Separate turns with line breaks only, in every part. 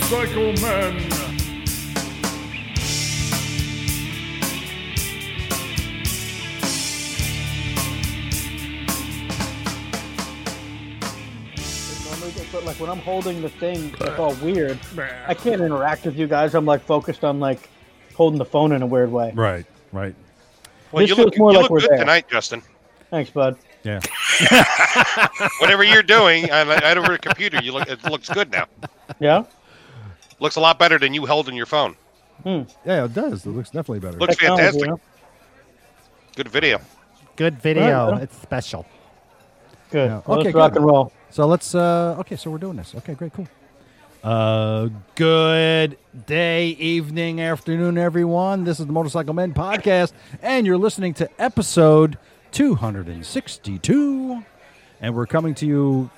Psycho Man.
But like when I'm holding the thing, it's all weird. I can't interact with you guys. I'm like focused on like holding the phone in a weird way.
Right, right.
Well,
This
you
feels
look,
more
you
like
look
we're
good
there.
tonight, Justin.
Thanks, bud.
Yeah.
Whatever you're doing, I, I had over the computer. You look, it looks good now.
Yeah.
Looks a lot better than you holding your phone.
Yeah, it does. It looks definitely better.
Looks fantastic.
huh?
Good video.
Good video.
Right.
It's special.
Good.
Yeah.
Well,
Okay,
let's rock
good.
and roll.
So let's uh okay, so we're doing this. Okay, great, cool. Uh good day, evening, afternoon, everyone. This is the Motorcycle Men Podcast, and you're listening to episode two hundred and sixty-two. And we're coming to you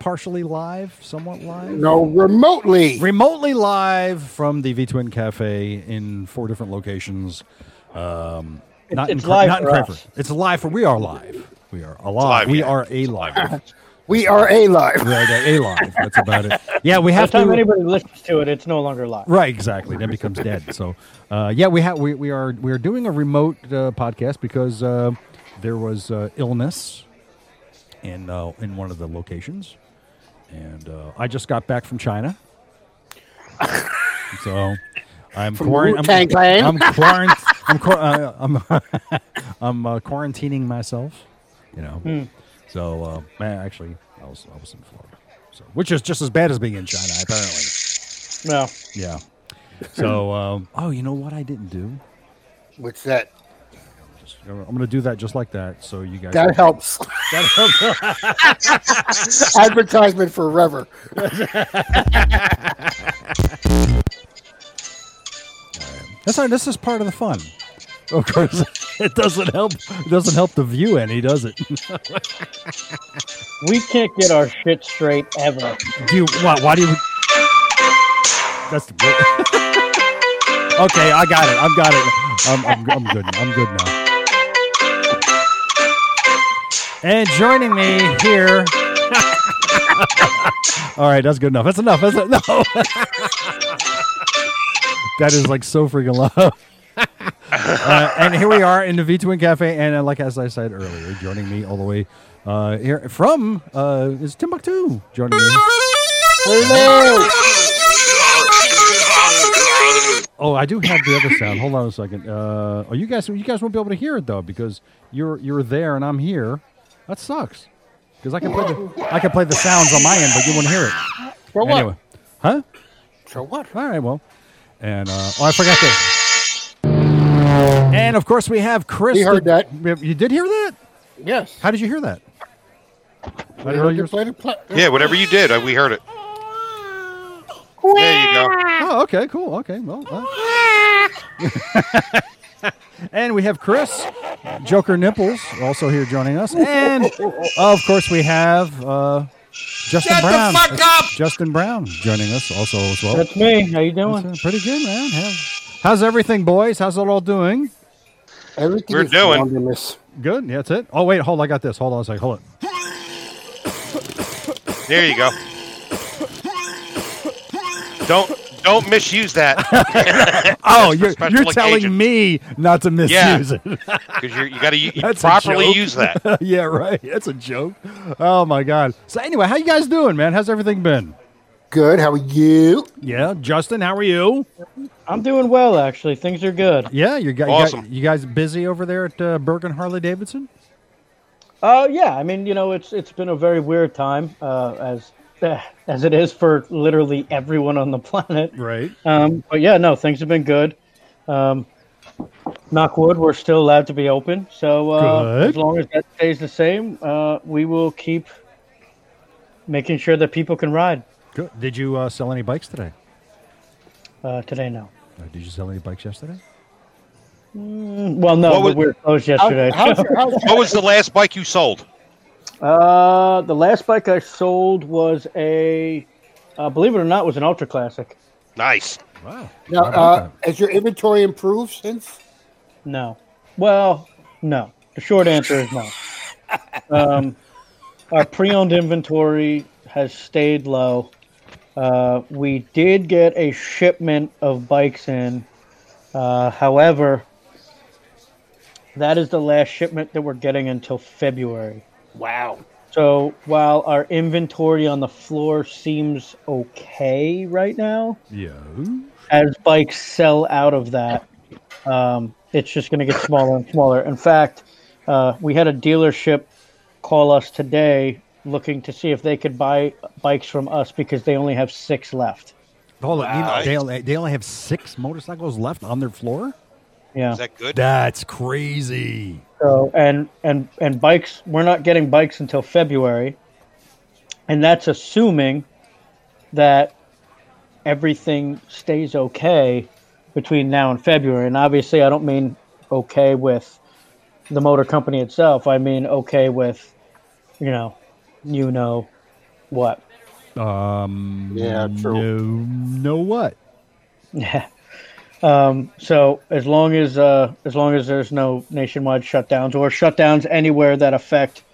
partially live, somewhat live.
No, remotely.
Remotely live from the V Twin Cafe in four different locations. Um not
it's
in, Cra-
live
not in
for
Cranford.
us.
It's live for we are live. We are alive.
live,
we
yeah.
are alive.
We are alive.
Right, uh, a live. That's about it. Yeah, we
By
have
the time
to.
anybody listens to it, it's no longer live.
right, exactly. Then becomes dead. So, uh, yeah, we have we, we are we are doing a remote uh, podcast because uh, there was uh, illness in uh, in one of the locations, and uh, I just got back from China, so I'm
From
quaran-
Wu-Tang Clan.
I'm, I'm quarant- I'm, quar- uh, I'm, I'm uh, quarantining myself. You know,
Hmm.
so uh, man, actually, I was I was in Florida, so which is just as bad as being in China, apparently.
No.
Yeah. So, um, oh, you know what I didn't do?
What's that?
Just, I'm going to do that just like that, so you guys.
That helps.
That helps.
Advertisement forever.
That's not, this is part of the fun. Of course, it doesn't help. It doesn't help the view any, does it?
We can't get our shit straight ever.
do you, why, why do you? That's the okay. I got it. I've got it. I'm, I'm, I'm good. I'm good now. And joining me here. All right, that's good enough. That's enough. That's enough. No. that is like so freaking loud. uh, and here we are in the V Twin Cafe, and uh, like as I said earlier, joining me all the way uh, here from uh, is Timbuktu joining me.
Hello.
Oh, I do have the other sound. Hold on a second. Uh, oh, you guys, you guys won't be able to hear it though because you're you're there and I'm here. That sucks. Because I can play the I can play the sounds on my end, but you won't hear it.
For what?
Anyway, huh?
For what?
All right, well, and uh, oh, I forgot this. And of course, we have Chris.
We heard
the- You did hear that?
Yes.
How did you hear that? I didn't know you were-
Play the pla-
Yeah, whatever you did, I, we heard it. There you go.
Oh, okay, cool. Okay, well. uh. and we have Chris, Joker Nipples, also here joining us, and of course we have uh, Justin Brown. Justin Brown joining us also as well.
That's me. How you doing?
That's, uh, pretty good, man. How's- How's everything, boys? How's it all doing?
Everything
We're
is
doing.
anonymous.
Good. Yeah, that's it. Oh wait, hold. I got this. Hold on a second. Hold it.
There you go. Don't don't misuse that
Oh, you're,
special
you're telling
occasion.
me not to misuse it.
because you got to
That's a
properly
joke.
use that.
yeah, right. That's a joke. Oh my god. So anyway, how you guys doing, man? How's everything been?
Good. How are you?
Yeah, Justin, how are you?
I'm doing well, actually. Things are good.
Yeah, you guys,
Awesome.
you guys busy over there at uh, Bergen Harley Davidson?
Uh, yeah. I mean, you know, it's it's been a very weird time, uh, as eh, as it is for literally everyone on the planet.
Right.
Um, but yeah, no, things have been good. Um, knock wood, we're still allowed to be open. So uh,
Good.
as long as that stays the same, uh, we will keep making sure that people can ride.
Good. Did you uh, sell any bikes today?
Uh, today, no.
Uh, did you sell any bikes yesterday?
Well, no,
What
but
was-
we were closed yesterday.
How's
so-
your, how's
What was the last bike you sold?
Uh, the last bike I sold was a, uh, believe it or not, was an ultra classic.
Nice.
Wow.
now,
How about
uh, has your inventory improved since?
No. Well, no. The short answer is no. Um, our pre-owned inventory has stayed low. Uh, we did get a shipment of bikes in. Uh, however, that is the last shipment that we're getting until February.
Wow.
So while our inventory on the floor seems okay right now,
Yeah.
as bikes sell out of that, um, it's just going to get smaller and smaller. In fact, uh, we had a dealership call us today looking to see if they could buy bikes from us because they only have six left.
Hold on. you know,
Wow.
they, only, they only have six motorcycles left on their floor?
Yeah.
Is that good?
That's crazy.
So and and and bikes, we're not getting bikes until February, and that's assuming that everything stays okay between now and February. And obviously, I don't mean okay with the motor company itself. I mean okay with, you know, you know, what.
Um,
Yeah, true.
No, no what?
Yeah. Um, so as long as uh, as long as there's no nationwide shutdowns or shutdowns anywhere that affect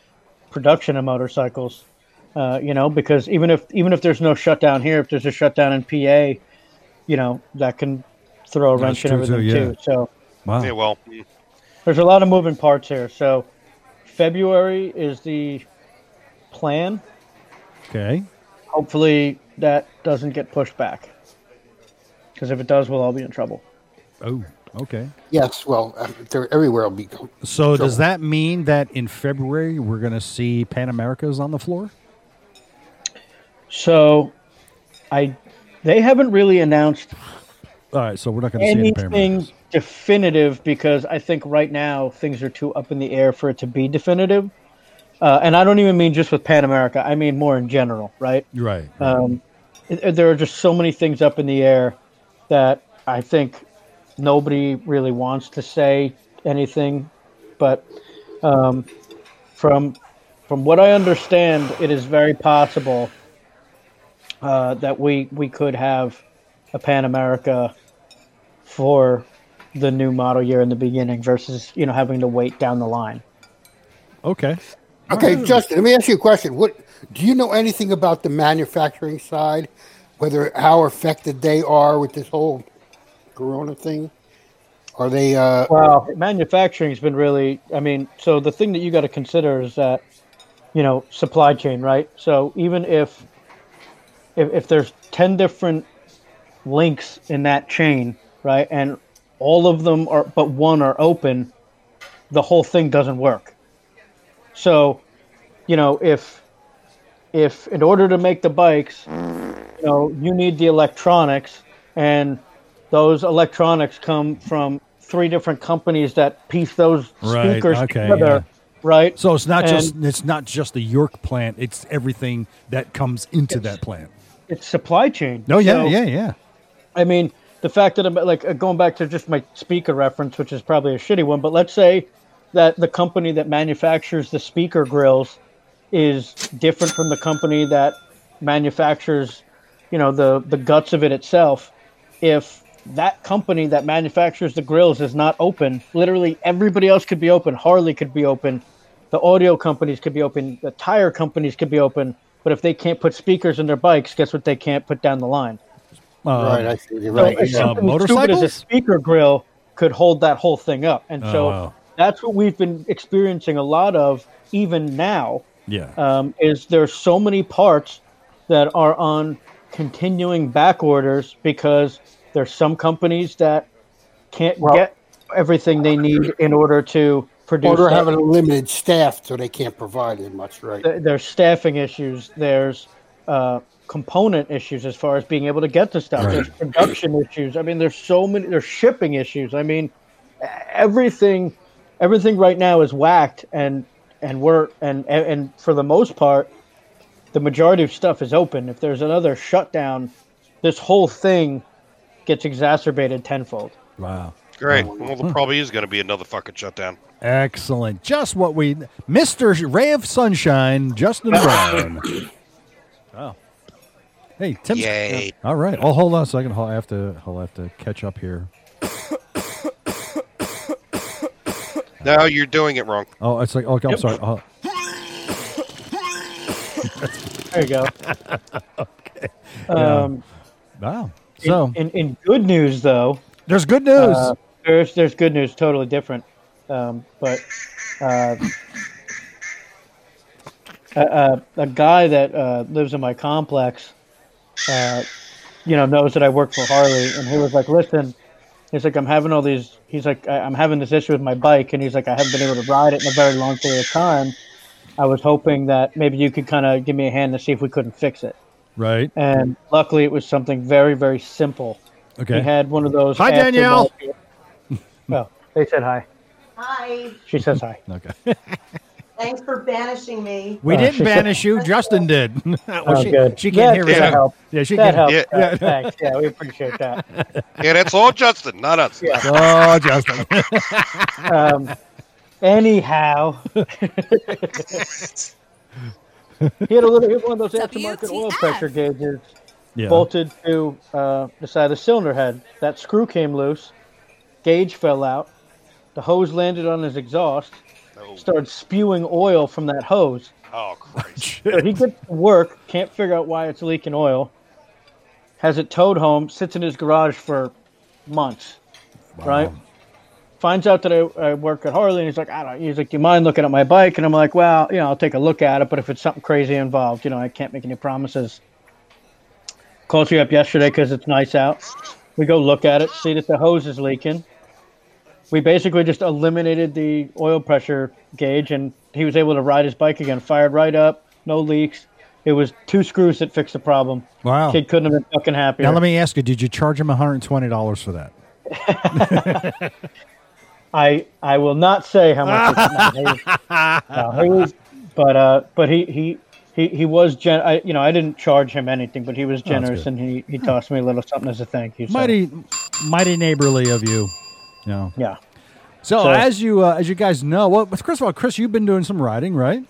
production of motorcycles, uh, you know, because even if even if there's no shutdown here, if there's a shutdown in PA, you know, that can throw a wrench
That's
in
true, too,
everything
yeah.
too. So
Wow.
Yeah, well, mm,
there's a lot of moving parts here. So February is the plan.
Okay.
Hopefully that doesn't get pushed back. Because if it does, we'll all be in trouble.
Oh, okay.
Yes. Well, um, they're everywhere. Will be.
So does
Trouble.
that mean that in February we're going to see Pan Americas on the floor?
So, I they haven't really announced
All right, so we're not going to see any Pan
anything
Americas.
definitive because I think right now things are too up in the air for it to be definitive. Uh, and I don't even mean just with Pan America; I mean more in general, right?
You're right.
Um, th- there are just so many things up in the air that I think nobody really wants to say anything. But um, from from what I understand, it is very possible uh, that we we could have a Pan America for the new model year in the beginning versus you know having to wait down the line.
okay.
Okay,
Wow.
Justin. Let me ask you a question. What do you know anything about the manufacturing side? Whether how affected they are with this whole Corona thing? Are they? Uh,
Well, manufacturing's been really. I mean, so the thing that you got to consider is that, you know, supply chain, right? So even if, if if there's ten different links in that chain, right, and all of them are but one are open, the whole thing doesn't work. So, you know, if if in order to make the bikes, you know, you need the electronics and those electronics come from three different companies that piece those
Right,
speakers
okay,
together, right?
So it's not
And-
just it's not just the York plant; it's everything that comes into that plant.
it's supply chain.
No, yeah,
So,
yeah, yeah.
I mean, the fact that I'm like uh, going back to just my speaker reference, which is probably a shitty one, but let's say that the company that manufactures the speaker grills is different from the company that manufactures, you know, the the guts of it itself. If that company that manufactures the grills is not open, literally everybody else could be open. Harley could be open, the audio companies could be open, the tire companies could be open. But if they can't put speakers in their bikes, guess what they can't put down the line?
Uh,
right. I see. You're
So
right.
it's
yeah.
uh,
something as stupid as a
motorcycles?
speaker grill could hold that whole thing up, and
Oh,
so
wow.
that's what we've been experiencing a lot of even now.
yeah.
Um, is there's so many parts that are on continuing back orders because there's some companies that can't
Well-
get everything they need in order to produce.
Or they're
that-
having a limited staff, so they can't provide as much, right?
th- there's staffing issues. There's uh, component issues as far as being able to get the stuff.
Right.
There's production issues. I mean, there's so many. There's shipping issues. I mean, e- everything, everything right now is whacked, and and we're and and, and for the most part, the majority of stuff is open. If there's another shutdown, this whole thing gets exacerbated tenfold.
wow.
great. Well,
Hmm.
there probably is going to be another fucking shutdown.
Excellent. Just what we, Mister Ray of Sunshine, Justin Brown. oh. Hey, Tim.
Yay.
All right. Oh, hold on a second. I'll have to. I'll have to catch up here.
No, you're doing it wrong.
Oh, it's like. Okay, I'm sorry. Oh,
There you go. Um,
Wow.
in-
So
in, in good news though,
there's good news.
uh, there's there's good news, totally different. Um, but uh, a, a, a guy that uh, lives in my complex, uh, you know, knows that I work for Harley, and he was like, "Listen," he's like, "I'm having all these." He's like, I, "I'm having this issue with my bike," and he's like, "I haven't been able to ride it in a very long period of time." I was hoping that maybe you could kind of give me a hand to see if we couldn't fix it.
right.
And luckily, it was something very, very simple.
Okay.
We had one of those.
Hi,
after
Danielle.
market- No, they said hi.
Hi.
She says hi.
okay.
Thanks for banishing me.
We
Uh,
didn't
she said-
banish you. Justin did. well,
Oh,
she,
good.
she can't
That-
hear
that
us.
helped.
Yeah, she
That
can.
helps.
Yeah.
Yeah. Thanks. Yeah, we appreciate that.
Yeah, that's all Justin, not us.
Yeah.
Oh, Justin.
Um, anyhow, he had a little. He had one of those aftermarket oil
WTF.
pressure gauges
yeah.
bolted to uh, the side of the cylinder head. That screw came loose. Gauge fell out. The hose landed on his exhaust.
Oh,
Started spewing oil from that hose.
oh, Christ.
But he gets to work, can't figure out why it's leaking oil, has it towed home, sits in his garage for months, right? Finds out that I, I work at Harley, and he's like, I don't. He's like, do you mind looking at my bike? And I'm like, well, you know, I'll take a look at it, but if it's something crazy involved, you know, I can't make any promises. Calls you up yesterday because it's nice out. We go look at it, see that the hose is leaking. We basically just eliminated the oil pressure gauge, and he was able to ride his bike again. Fired right up, no leaks. It was two screws that fixed the problem.
Wow.
Kid couldn't have been fucking happier.
Oh. Now let me ask you: Did you charge him one hundred and twenty dollars for that?
I I will not say how much. it's, no, he, no, he was, but uh, but he he. He, he was gen I you know I didn't charge him anything but he was
Oh, that's
generous
good.
and he, he tossed me a little something as a thank you so,
Mighty, mighty neighborly of you. Yeah.
yeah
So,
So-
as you uh, as you guys know, well, first of all, Chris, you've been doing some riding, right?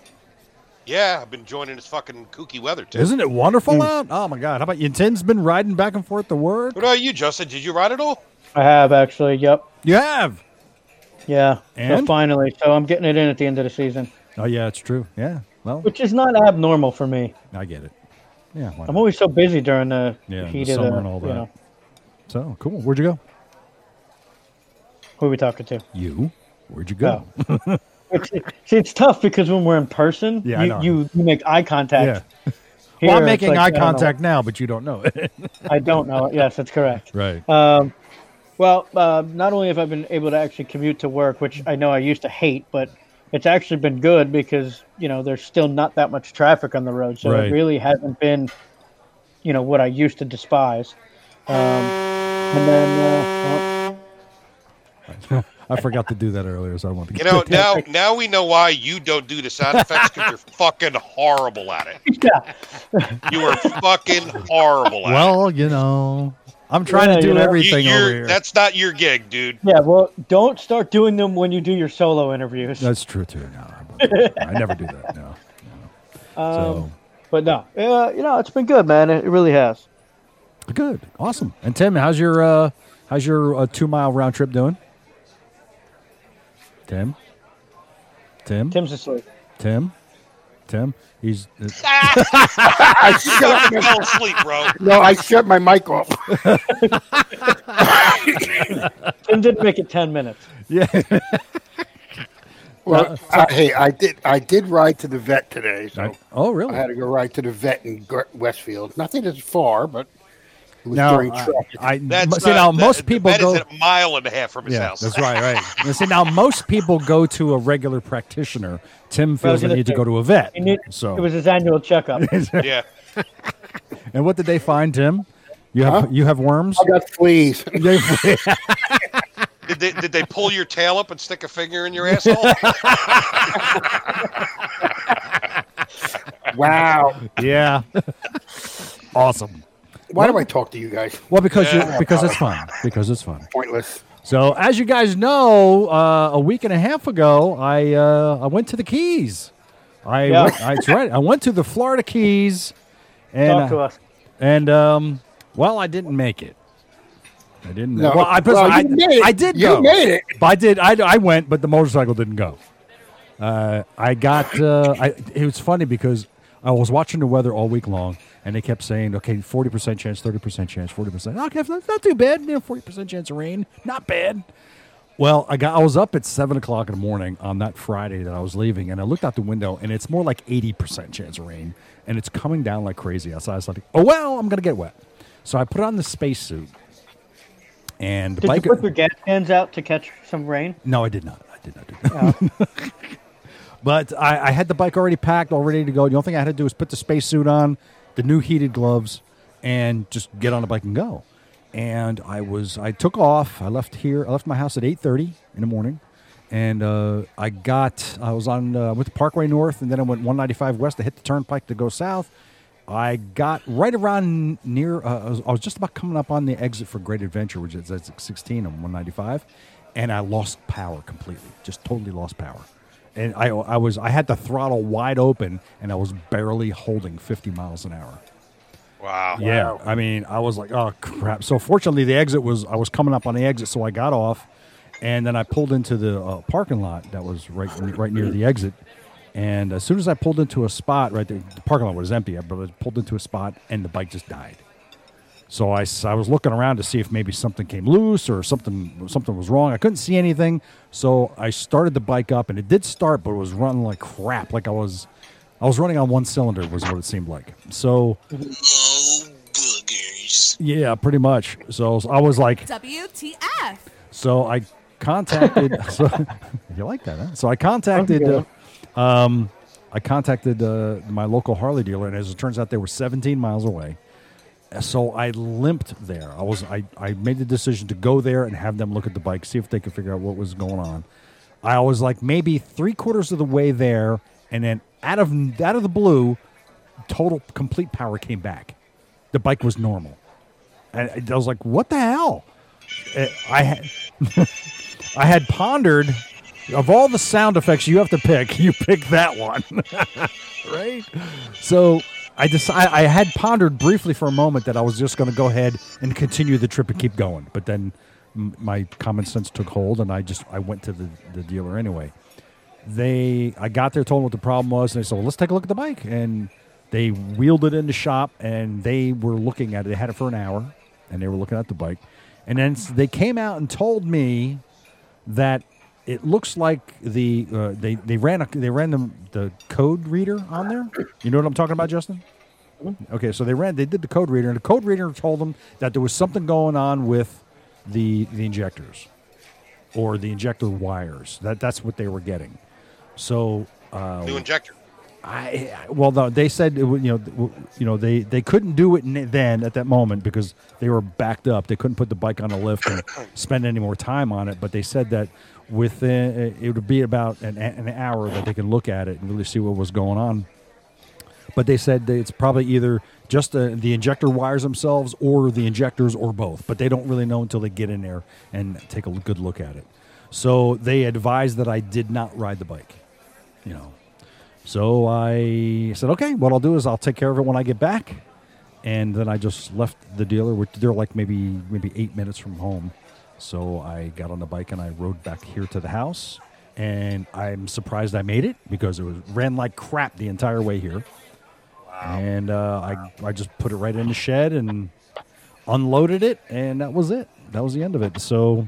Yeah, I've been joining this fucking kooky weather too.
Isn't it wonderful
Mm.
out? Oh my God! How about you? Tim's been riding back and forth to work.
What about you, Justin? Did you ride at all?
I have actually yep
You have.
yeah so
And?
finally so I'm getting it in at the end of the season
Oh yeah, it's true. Yeah. Well,
which is not abnormal for me
I get it. Yeah. why
I'm
not?
always so busy during the
Yeah, the
heat of
summer
the,
and all
You
that.
know,
So cool. Where'd you go?
who are we talking to?
You. Where'd you go?
Oh, It's, see, it's tough because when we're in person,
Yeah, I
you,
know.
you, you make eye
yeah.
contact. Here,
Well, I'm
it's
making
like, I
eye
don't know.
contact now, but you don't know it.
I don't know. Yes, that's correct.
right.
Um, well, uh, not only have I been able to actually commute to work, which I know I used to hate, but it's actually been good because you know there's still not that much traffic on the road, so
Right.
it really hasn't been, you know, what I used to despise. Um, and then, uh, well,
I forgot to do that earlier, so I want to.
You know, now now we know why you don't do the sound effects because you're fucking horrible at it.
yeah,
You are fucking horrible at it.
Well, you know, I'm trying
Yeah,
to do
you know.
everything
you,
over
are
here.
That's not your gig, dude.
yeah. Well, don't start doing them when you do your solo interviews.
That's true too. No, I wouldn't. I never do that. No. no. So
But no, uh, you know, it's been good, man. It really has. Um,
good, awesome. And Tim, how's your uh, how's your uh, two mile round trip doing? Tim, Tim, Tim,
Tim's asleep.
Tim, He's uh,
I shut,
Fucking fell asleep, bro.
no, I shut my mic off.
Tim didn't make it ten minutes.
yeah.
Well, I, hey, I did. I did ride to the vet today, so
oh, really?
I had to go ride to the vet in Gr- Westfield. Nothing as far, but it was
no,
during
I,
traffic.
I,
That's
see
not-
now
that-
most people
that is
go.
a mile and a half from his
Yeah,
house.
that's right, right. And see now most people go to a regular practitioner. Tim feels the
gonna
need to
say,
go to a vet.
He knew
so
it was his annual checkup.
Yeah.
And what did they find, Tim? You have
Huh?
you have worms.
I got fleas.
They-
Did they, did they pull your tail up and stick a finger in your asshole?
wow.
yeah, awesome.
Why do I talk to you guys?
Well, because
Yeah.
you because it's fun. Because it's fun.
Pointless.
So, as you guys know, uh, a week and a half ago, I uh, I went to the Keys. I,
Yeah.
went- I- that's right. I went to the Florida Keys, and
Talk to
uh,
us.
and um, well, I didn't make it. I didn't.
No.
Well, I,
Well, you
I,
made it.
I did.
You
go.
made it.
But I did. I, I went, but the motorcycle didn't go. Uh, I got. Uh, I, it was funny because I was watching the weather all week long, and they kept saying, okay, 40% chance, 30% chance, 40%. Okay, that's not too bad. You know, 40% chance of rain. Not bad. Well, I got I was up at seven o'clock in the morning on that Friday that I was leaving, and I looked out the window, and it's more like eighty percent chance of rain, and it's coming down like crazy outside. I was like, "Oh well, I'm gonna get wet." So I put on the spacesuit, and the
Did you
bike.
put your gas cans out to catch some rain?
No, I did not. I did not do that. but I, I had the bike already packed, all ready to go. The only thing I had to do was put the spacesuit on, the new heated gloves, and just get on the bike and go. And I was I took off. I left here. I left my house at eight thirty in the morning, and uh, I got I was on uh, I went to Parkway North, and then I went one ninety five west. I hit the turnpike to go south. I got right around near. Uh, I, was, I was just about coming up on the exit for Great Adventure, which is at sixteen on one ninety five, and I lost power completely. Just totally lost power and I, I was I had the throttle wide open and I was barely holding 50 miles an hour.
Wow.
Yeah, I mean I was like, oh crap. So fortunately, the exit was I was coming up on the exit, so I got off, and then I pulled into the uh, parking lot that was right right near the exit. And as soon as I pulled into a spot right there, the parking lot was empty, but I pulled into a spot and the bike just died. So I, s- I was looking around to see if maybe something came loose or something something was wrong. I couldn't see anything, so I started the bike up, and it did start, but it was running like crap. Like I was, I was running on one cylinder was what it seemed like. So
boogers.
yeah, pretty much. So I was like,
WTF?
so I contacted. so, you like that, huh? So I contacted. Uh, um, I contacted uh, my local Harley dealer, and as it turns out, they were 17 miles away. So I limped there. I was I, I made the decision to go there and have them look at the bike, see if they could figure out what was going on. I was like maybe three quarters of the way there, and then out of out of the blue, total complete power came back. The bike was normal, and I was like, "What the hell?" Uh, I had I had pondered of all the sound effects you have to pick, you pick that one, right? So I decided I had pondered briefly for a moment that I was just going to go ahead and continue the trip and keep going, but then m- my common sense took hold, and I just I went to the, the dealer anyway. They I got there, told them what the problem was, and they said, "Well, let's take a look at the bike." And they wheeled it in the shop, and they were looking at it. They had it for an hour, and they were looking at the bike, and then s- they came out and told me that it looks like the uh, they they ran a, they ran the the code reader on there. You know what I'm talking about, Justin? Okay, so they ran they did the code reader, and the code reader told them that there was something going on with the the injectors or the injector wires. That that's what they were getting. So. Uh,
New injector.
I I- well, no, they said it, wa- you know, th- w- you know, they they couldn't do it n- then at that moment because they were backed up. They couldn't put the bike on a lift and spend any more time on it. But they said that within it would be about an, a- an hour that they can look at it and really see what was going on. But they said that it's probably either just the, the injector wires themselves or the injectors or both. But they don't really know until they get in there and take a l- good look at it. So they advised that I did not ride the bike. You know, so I said, okay, what I'll do is I'll take care of it when I get back. And then I just left the dealer, which they're like maybe maybe eight minutes from home. So I got on the bike and I rode back here to the house. And I'm surprised I made it because it was, ran like crap the entire way here. And uh, I, I just put it right in the shed and unloaded it. And that was it. That was the end of it. So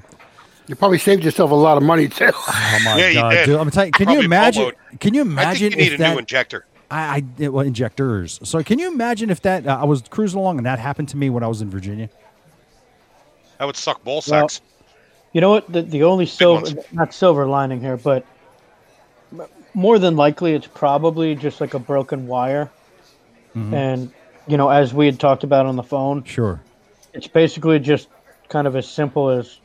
You probably saved yourself a lot of money too.
Oh my
Yeah, you
god,
did.
dude! I'm telling you, can
Probably
you imagine?
followed.
Can you imagine
I think you
if
need a
that
new injector.
I, I it- well, injectors? So can you imagine if that uh, I was cruising along and that happened to me when I was in Virginia?
That would suck ball sacks.
You know what? The, the only
ones.
silver, not silver lining here, but m- more than likely, it's probably just like a broken wire.
Mm-hmm.
And, you know, as we had talked about on the phone,
Sure.
it's basically just kind of as simple as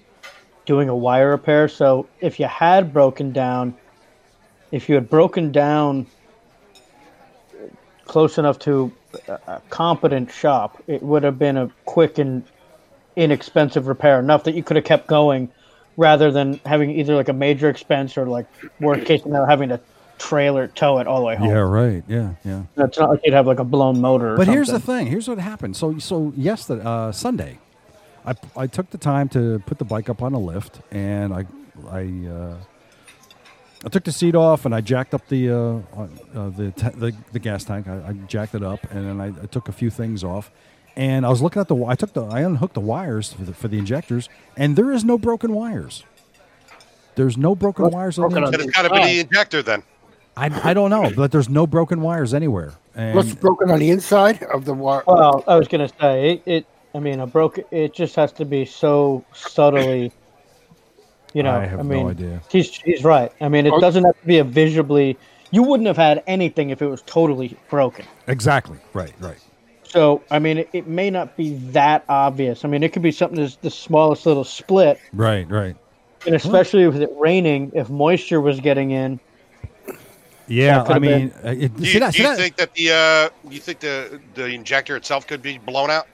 doing a wire repair. So if you had broken down, if you had broken down close enough to a- a competent shop, it would have been a quick and inexpensive repair, enough that you could have kept going rather than having either like a major expense or like worst case scenario having to trailer tow it all the way home.
Yeah. Right. Yeah. Yeah.
It's not like you'd have like a blown motor. Or
But here's the
something.
thing. Here's what happened. So so yesterday uh, Sunday, I, I took the time to put the bike up on a lift, and I I uh, I took the seat off and I jacked up the uh, uh, the, ta the the gas tank. I, I jacked it up and then I, I took a few things off. And I was looking at the. wi- I took the. I unhooked the wires for the, for the injectors, and there is no broken wires. There's no broken
What's
wires.
broken
on
on
the,
Then it's got to be
oh.
the injector then.
I, I don't know, but there's no broken wires anywhere. And
What's broken on the inside of the wire?
Well, I was gonna say it. it I mean, a broke. It just has to be so subtly. You know,
I have no
mean,
idea.
He's he's right. I mean, it
Oh.
doesn't have to be a visibly. You wouldn't have had anything if it was totally broken.
exactly right, right.
So, I mean, it, it may not be that obvious. I mean, it could be something that's the smallest little split,
Right, right.
and especially with it raining, if moisture was getting in,
Yeah,
could've
I mean, uh, it,
Do
see
you,
that-
do
see
you
that-
think that the uh, you think the the injector itself could be blown out?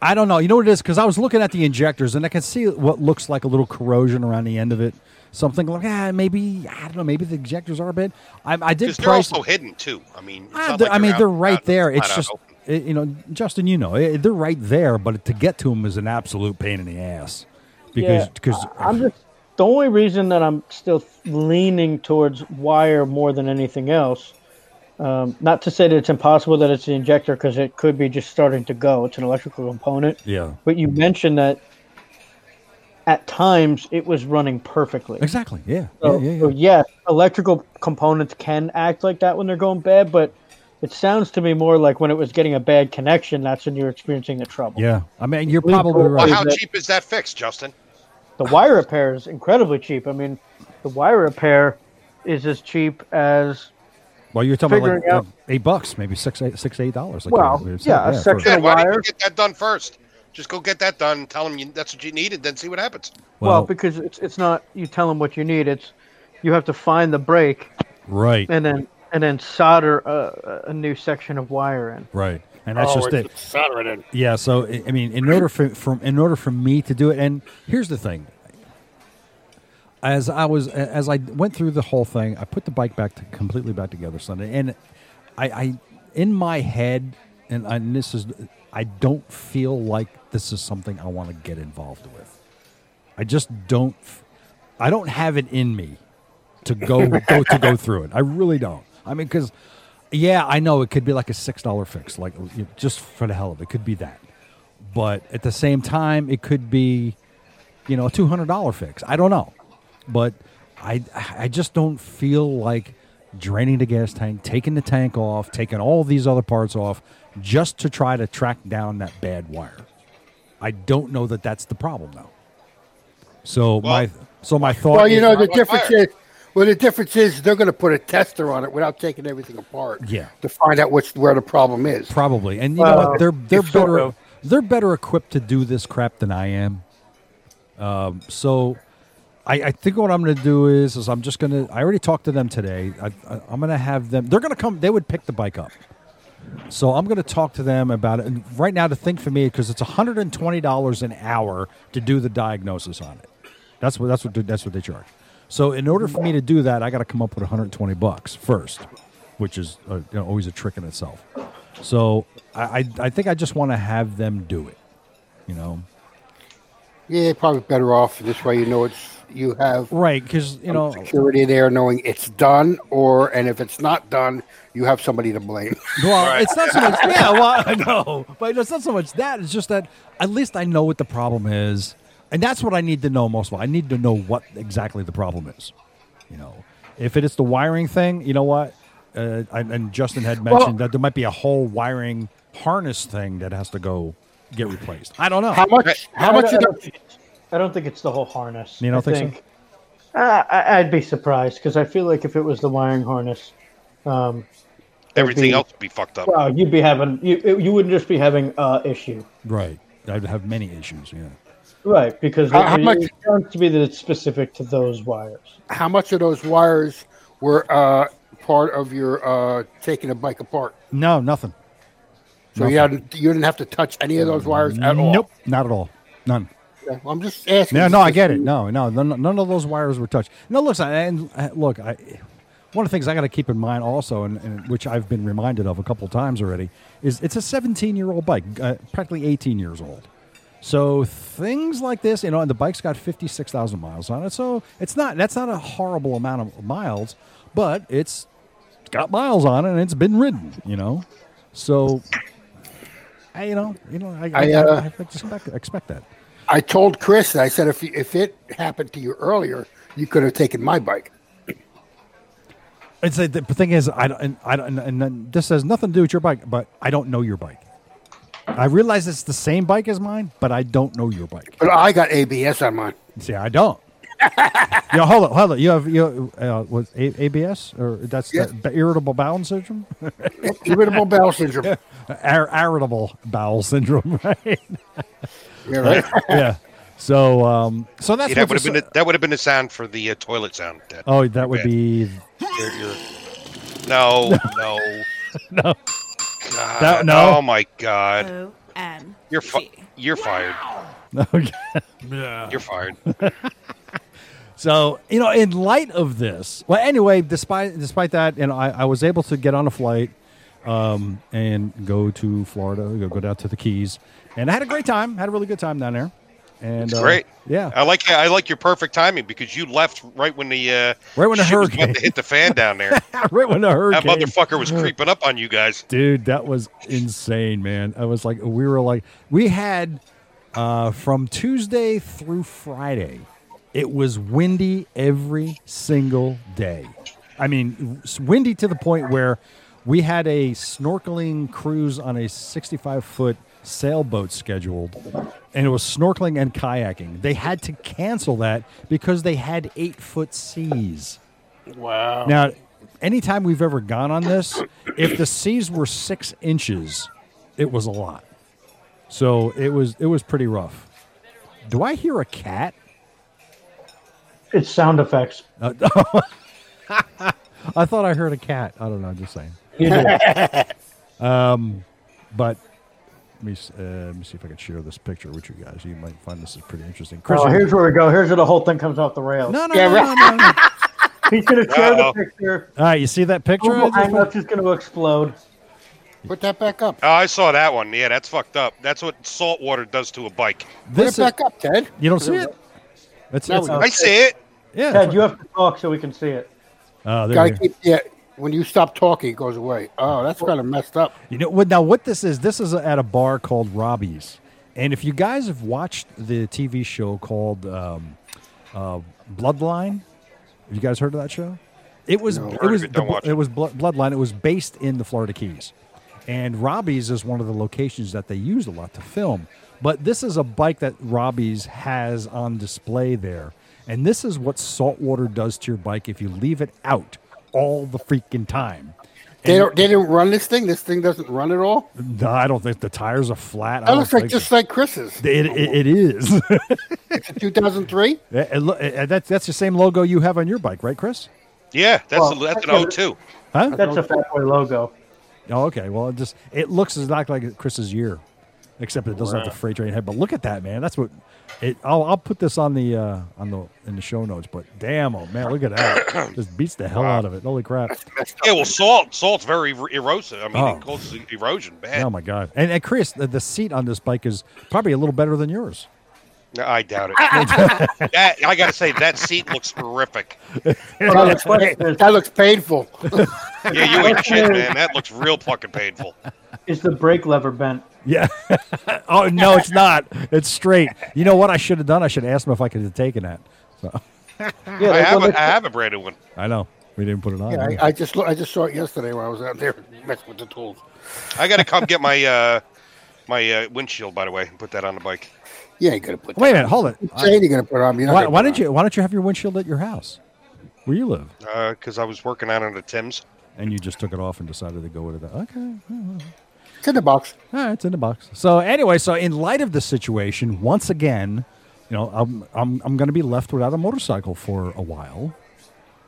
I don't know. You know what it is? Because I was looking at the injectors and I can see what looks like a little corrosion around the end of it. Something like, ah, maybe, I don't know, maybe the injectors are a bit. I, I did
Because they're
price.
also hidden too. I mean, it's
Ah,
not
they're-
like
I mean,
out-
they're right
out-
there. It's
flat out
just,
open.
it, you know, Justin, you know, it, they're right there, but to get to them is an absolute pain in the ass. Because,
Yeah,
because
I'm just the only reason that I'm still leaning towards wire more than anything else. Um, not to say that it's impossible that it's the injector because it could be just starting to go. It's an electrical component.
yeah,
But you mentioned that at times it was running perfectly.
exactly. Yeah.
So,
yeah, yeah,
so
yeah.
yes, electrical components can act like that when they're going bad, but it sounds to me more like when it was getting a bad connection, that's when you're experiencing the trouble.
Yeah. I mean, you're
Please
probably
don't-
Well,
right.
how
that-
cheap is that fix, Justin?
the wire repair is incredibly cheap. I mean, the wire repair is as cheap as
Well, you're talking about like,
figuring out-
like eight bucks, maybe six, eight, six, eight dollars. Like
Well,
you said,
yeah, a
for-
section-
Yeah, why didn't
wire.
you get that done first? Just go get that done. Tell them you, that's what you needed. Then see what happens.
well,
well,
because it's it's not you tell them what you need. It's you have to find the break
right,
and then and then solder a, a new section of wire in.
right. And that's
Oh,
just
it's
it.
Saturday.
Yeah, so I I mean, in order for from in order for me to do it, and here's the thing: as I was as I went through the whole thing, I put the bike back to, completely back together Sunday, and I, I in my head, and, I, and this is I don't feel like this is something I want to get involved with. I just don't. f- I don't have it in me to go, go to go through it. I really don't. I mean, because yeah, I know it could be like a six dollar fix, like you- just for the hell of it, it could be that. But at the same time, it could be, you know, a two hundred dollar fix. I don't know, but I I just don't feel like draining the gas tank, taking the tank off, taking all these other parts off, just to try to track down that bad wire. I don't know that that's the problem though. So my so my thought.
Well, you
is-
know the
Wire.
difference is. Well, the difference is they're going to put a tester on it without taking everything apart.
Yeah.
To find out what's where the problem is.
Probably, and you know what? They're they're better they're better equipped to do this crap than I am. Um, so, I, I think what I'm going to do is is I'm just going to. I already talked to them today. I, I, I'm going to have them. They're going to come. They would pick the bike up. So I'm going to talk to them about it. And right now, the thing for me because it's 120 dollars an hour to do the diagnosis on it. That's what that's what that's what they charge. So in order for me to do that, I got to come up with 120 bucks first, which is uh, you know, always a trick in itself. So I I, I think I just want to have them do it. You know,
Yeah, probably better off this way. You know, it's you have
right? Because you know,
security there, knowing it's done, or and if it's not done, you have somebody to blame.
Well, it's not so much. Yeah, well, I know, but it's not so much that. It's just that at least I know what the problem is, and that's what I need to know most of all. I need to know what exactly the problem is. You know, if it is the wiring thing, you know what? Uh, and, and Justin had mentioned that there might be a whole wiring harness thing that has to go get replaced. I don't know.
How much? How much?
I don't, I
Of
don't
the,
think it's- I don't think it's the whole harness.
You don't
I
think so?
Uh, I, I'd be surprised because I feel like if it was the wiring harness, um,
Everything
be-
else would be fucked up.
well, you'd be having you you wouldn't just be having a uh, issue,
Right. I'd have many issues. Yeah.
right? Because
How- how
it,
much-
it sounds to be that it's specific to those wires.
how much of those wires were uh, part of your uh, taking a bike apart?
No, nothing.
So you had you didn't have to touch any of those wires at all.
Nope. Not at all. None.
Okay, well, I'm just asking.
No, no, I get it. No, no, none, none of those wires were touched. No, looks I- and uh, look, I, one of the things I got to keep in mind also, and, and which I've been reminded of a couple times already, is it's a 17 year old bike, uh, practically 18 years old. So things like this, you know, and the bike's got 56,000 miles on it. So it's not, that's not a horrible amount of miles, but it's got miles on it and it's been ridden, you know? So, I, you know, you know, I, I,
I,
I,
uh,
I expect, expect that.
I told Chris, I said, if, if it happened to you earlier, you could have taken my bike.
It's like the thing is, I don't, and I don't, and then this has nothing to do with your bike, but I don't know your bike. I realize it's the same bike as mine, but I don't know your bike.
But I got ABS on mine.
See, I don't. yeah, hold on, hold on. You have you uh, was A- ABS or that's
Yeah.
the, the irritable bowel syndrome,
Irritable bowel syndrome.
Ir- irritable bowel syndrome, right?
Yeah, right?
yeah. So, um, so that's
Yeah,
what
that would have been
this-
the, that would have been the sound for the uh, toilet sound. That,
oh, that would
Yeah.
be
You're- you're- No, no,
no.
God,
That- no.
Oh my God,
O M.
you're fi- you're fired.
Okay.
You're fired.
So you know, in light of this, well, anyway, despite despite that, and I, I was able to get on a flight um, and go to Florida, go, go down to the Keys, and I had a great time. Had a really good time down there, and uh,
great.
yeah,
I like I like your perfect timing because you left right when the uh,
Right when the
shit was about
hurricane-
to hit the fan down there.
right when the
that
hurricane.
motherfucker was creeping up on you guys.
dude that was insane man i was like we were like we had uh from tuesday through friday it was windy every single day i mean s- windy to the point where we had a snorkeling cruise on a 65 foot sailboat scheduled and it was snorkeling and kayaking they had to cancel that because they had eight foot seas
Wow.
now, anytime we've ever gone on this, if the seas were six inches, it was a lot. So it was it was pretty rough. Do I hear a cat?
It's sound effects.
Uh, I thought I heard a cat. I don't know. I'm just saying.
You do.
But let me s- uh, let me see if I can share this picture with you guys. You might find this is pretty interesting. Chris,
oh,
you-
here's where we go. Here's where the whole thing comes off the rails.
no, no, no, no, no, no.
He's going to share
Uh-oh.
the picture.
All right, you see that picture? I
Oh,
just
my
put-
mouth is going to explode.
Put that back up.
Oh, I saw that one. Yeah, that's fucked up. That's what salt water does to a bike.
Put
this
it back up, Ted.
is- you don't see it? That's,
Now
that's,
we-
I see it.
yeah.
Ted, you have to talk so we can see it.
Oh, there
Gotta
you go.
keep, yeah, when you stop talking, it goes away. Oh, that's kind of messed up.
You know what? Now, what this is? This is at a bar called Robbie's, and if you guys have watched the TV show called um, uh, Bloodline, have you guys heard of that show? It was
No.
it
Heard of
was
it,
the,
don't watch
it
it.
was Blood- Bloodline. It was based in the Florida Keys, and Robbie's is one of the locations that they used a lot to film. But this is a bike that Robbie's has on display there, and this is what salt water does to your bike if you leave it out all the freaking time.
They
And-
don't. They didn't run this thing. This thing doesn't run at all.
no, I don't think the tires are flat. I
That
don't
looks like
think
just like Chris's.
it, it, it is.
It's a 2003.
It- it lo- it- that's that's the same logo you have on your bike, right, Chris?
Yeah, that's
Well,
a, that's an
okay.
O2.
Huh?
That's a Fat Boy logo.
Oh, okay. Well, it just it looks exactly like Chris's year, except it doesn't have the freight train head. But look at that, man. That's what it. I'll, I'll put this on the uh, on the in the show notes. But damn, oh man, look at that. just beats the hell out of it. Holy crap.
Yeah, well, salt salt's very er- erosive. I mean,
Oh.
it causes e, erosion bad.
Oh my god. And, and Chris, the, the seat on this bike is probably a little better than yours.
No, I doubt it. that I gotta say that seat looks horrific.
That looks, pa- that looks painful.
Yeah, you ain't shit, man. That looks real fucking painful.
Is the brake lever bent?
Yeah. oh no, it's not. It's straight. You know what I should have done? I should have asked him if I could have taken that. So
Yeah,
I
that's
have
what
a,
makes-
I have a brand new one.
I know we didn't put it on.
Yeah,
did we?
I, I just lo- I just saw it yesterday when I was out there messing with the tools.
I gotta come get my uh my uh, windshield by the way and put that on the bike.
You ain't gonna put. That.
Wait a minute, hold it.
Saying you're gonna put it on.
Why, why don't you Why don't you have your windshield at your house, where you live?
because Uh, I was working out on the Thames.
And you just took it off and decided to go with it. Okay,
It's in the box.
all right, it's in the box. So anyway, so in light of this situation, once again, you know, I'm I'm I'm going to be left without a motorcycle for a while.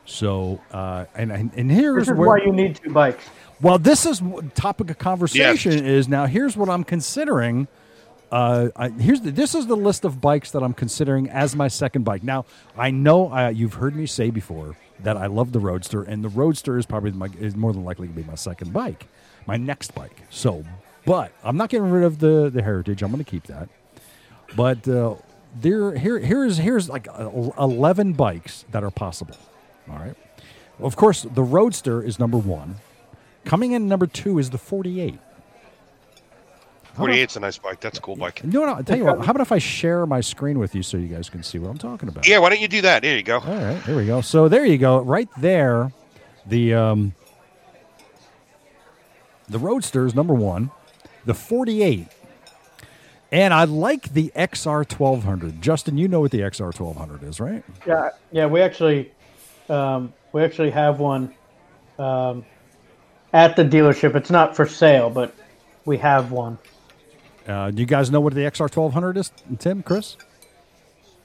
So uh, and and and here's
This is
where
why you need two bikes.
Well, this is what topic of conversation is now. Here's what I'm considering. Uh, I, here's the, this is the list of bikes that I'm considering as my second bike. Now I know uh, you've heard me say before that I love the Roadster, and the Roadster is probably my, is more than likely to be my second bike, my next bike. So, but I'm not getting rid of the the Heritage. I'm going to keep that. But uh, there, here, here's here's like el- eleven bikes that are possible. All right. Of course, the Roadster is number one. Coming in number two is the 48.
48's a nice bike. That's a cool bike.
No, no, I'll tell you what. How about if I share my screen with you so you guys can see what I'm talking about?
Yeah, why don't you do that? There you go.
All right, there we go. So there you go, right there, the um, the Roadster is number one, the 48, and I like the XR 1200. Justin, you know what the XR 1200 is, right?
Yeah, yeah. We actually, um, we actually have one um, at the dealership. It's not for sale, but we have one.
Uh, do you guys know what the XR 1200 is? Tim, Chris.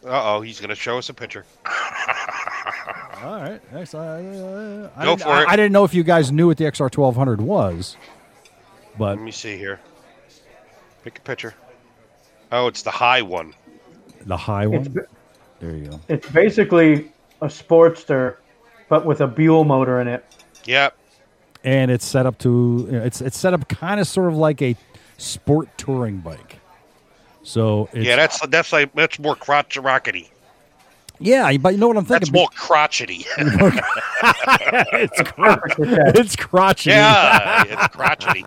Uh oh, he's gonna show us a picture.
All right, XR, I,
Go
didn't-
for
I-
it.
I didn't know if you guys knew what the XR 1200 was, but
Let me see here. Pick a picture. Oh, it's the high one.
the high
It's
one. There you go.
it's basically a Sportster, but with a Buell motor in it.
Yep.
and it's set up to you know, it's it's set up kind of sort of like a sport touring bike. So it's,
yeah, that's that's like that's more crotch rockety.
yeah, but you know what I'm
That's
thinking?
more crotchety.
it's, cr- it's crotchety.
yeah, it's crotchety.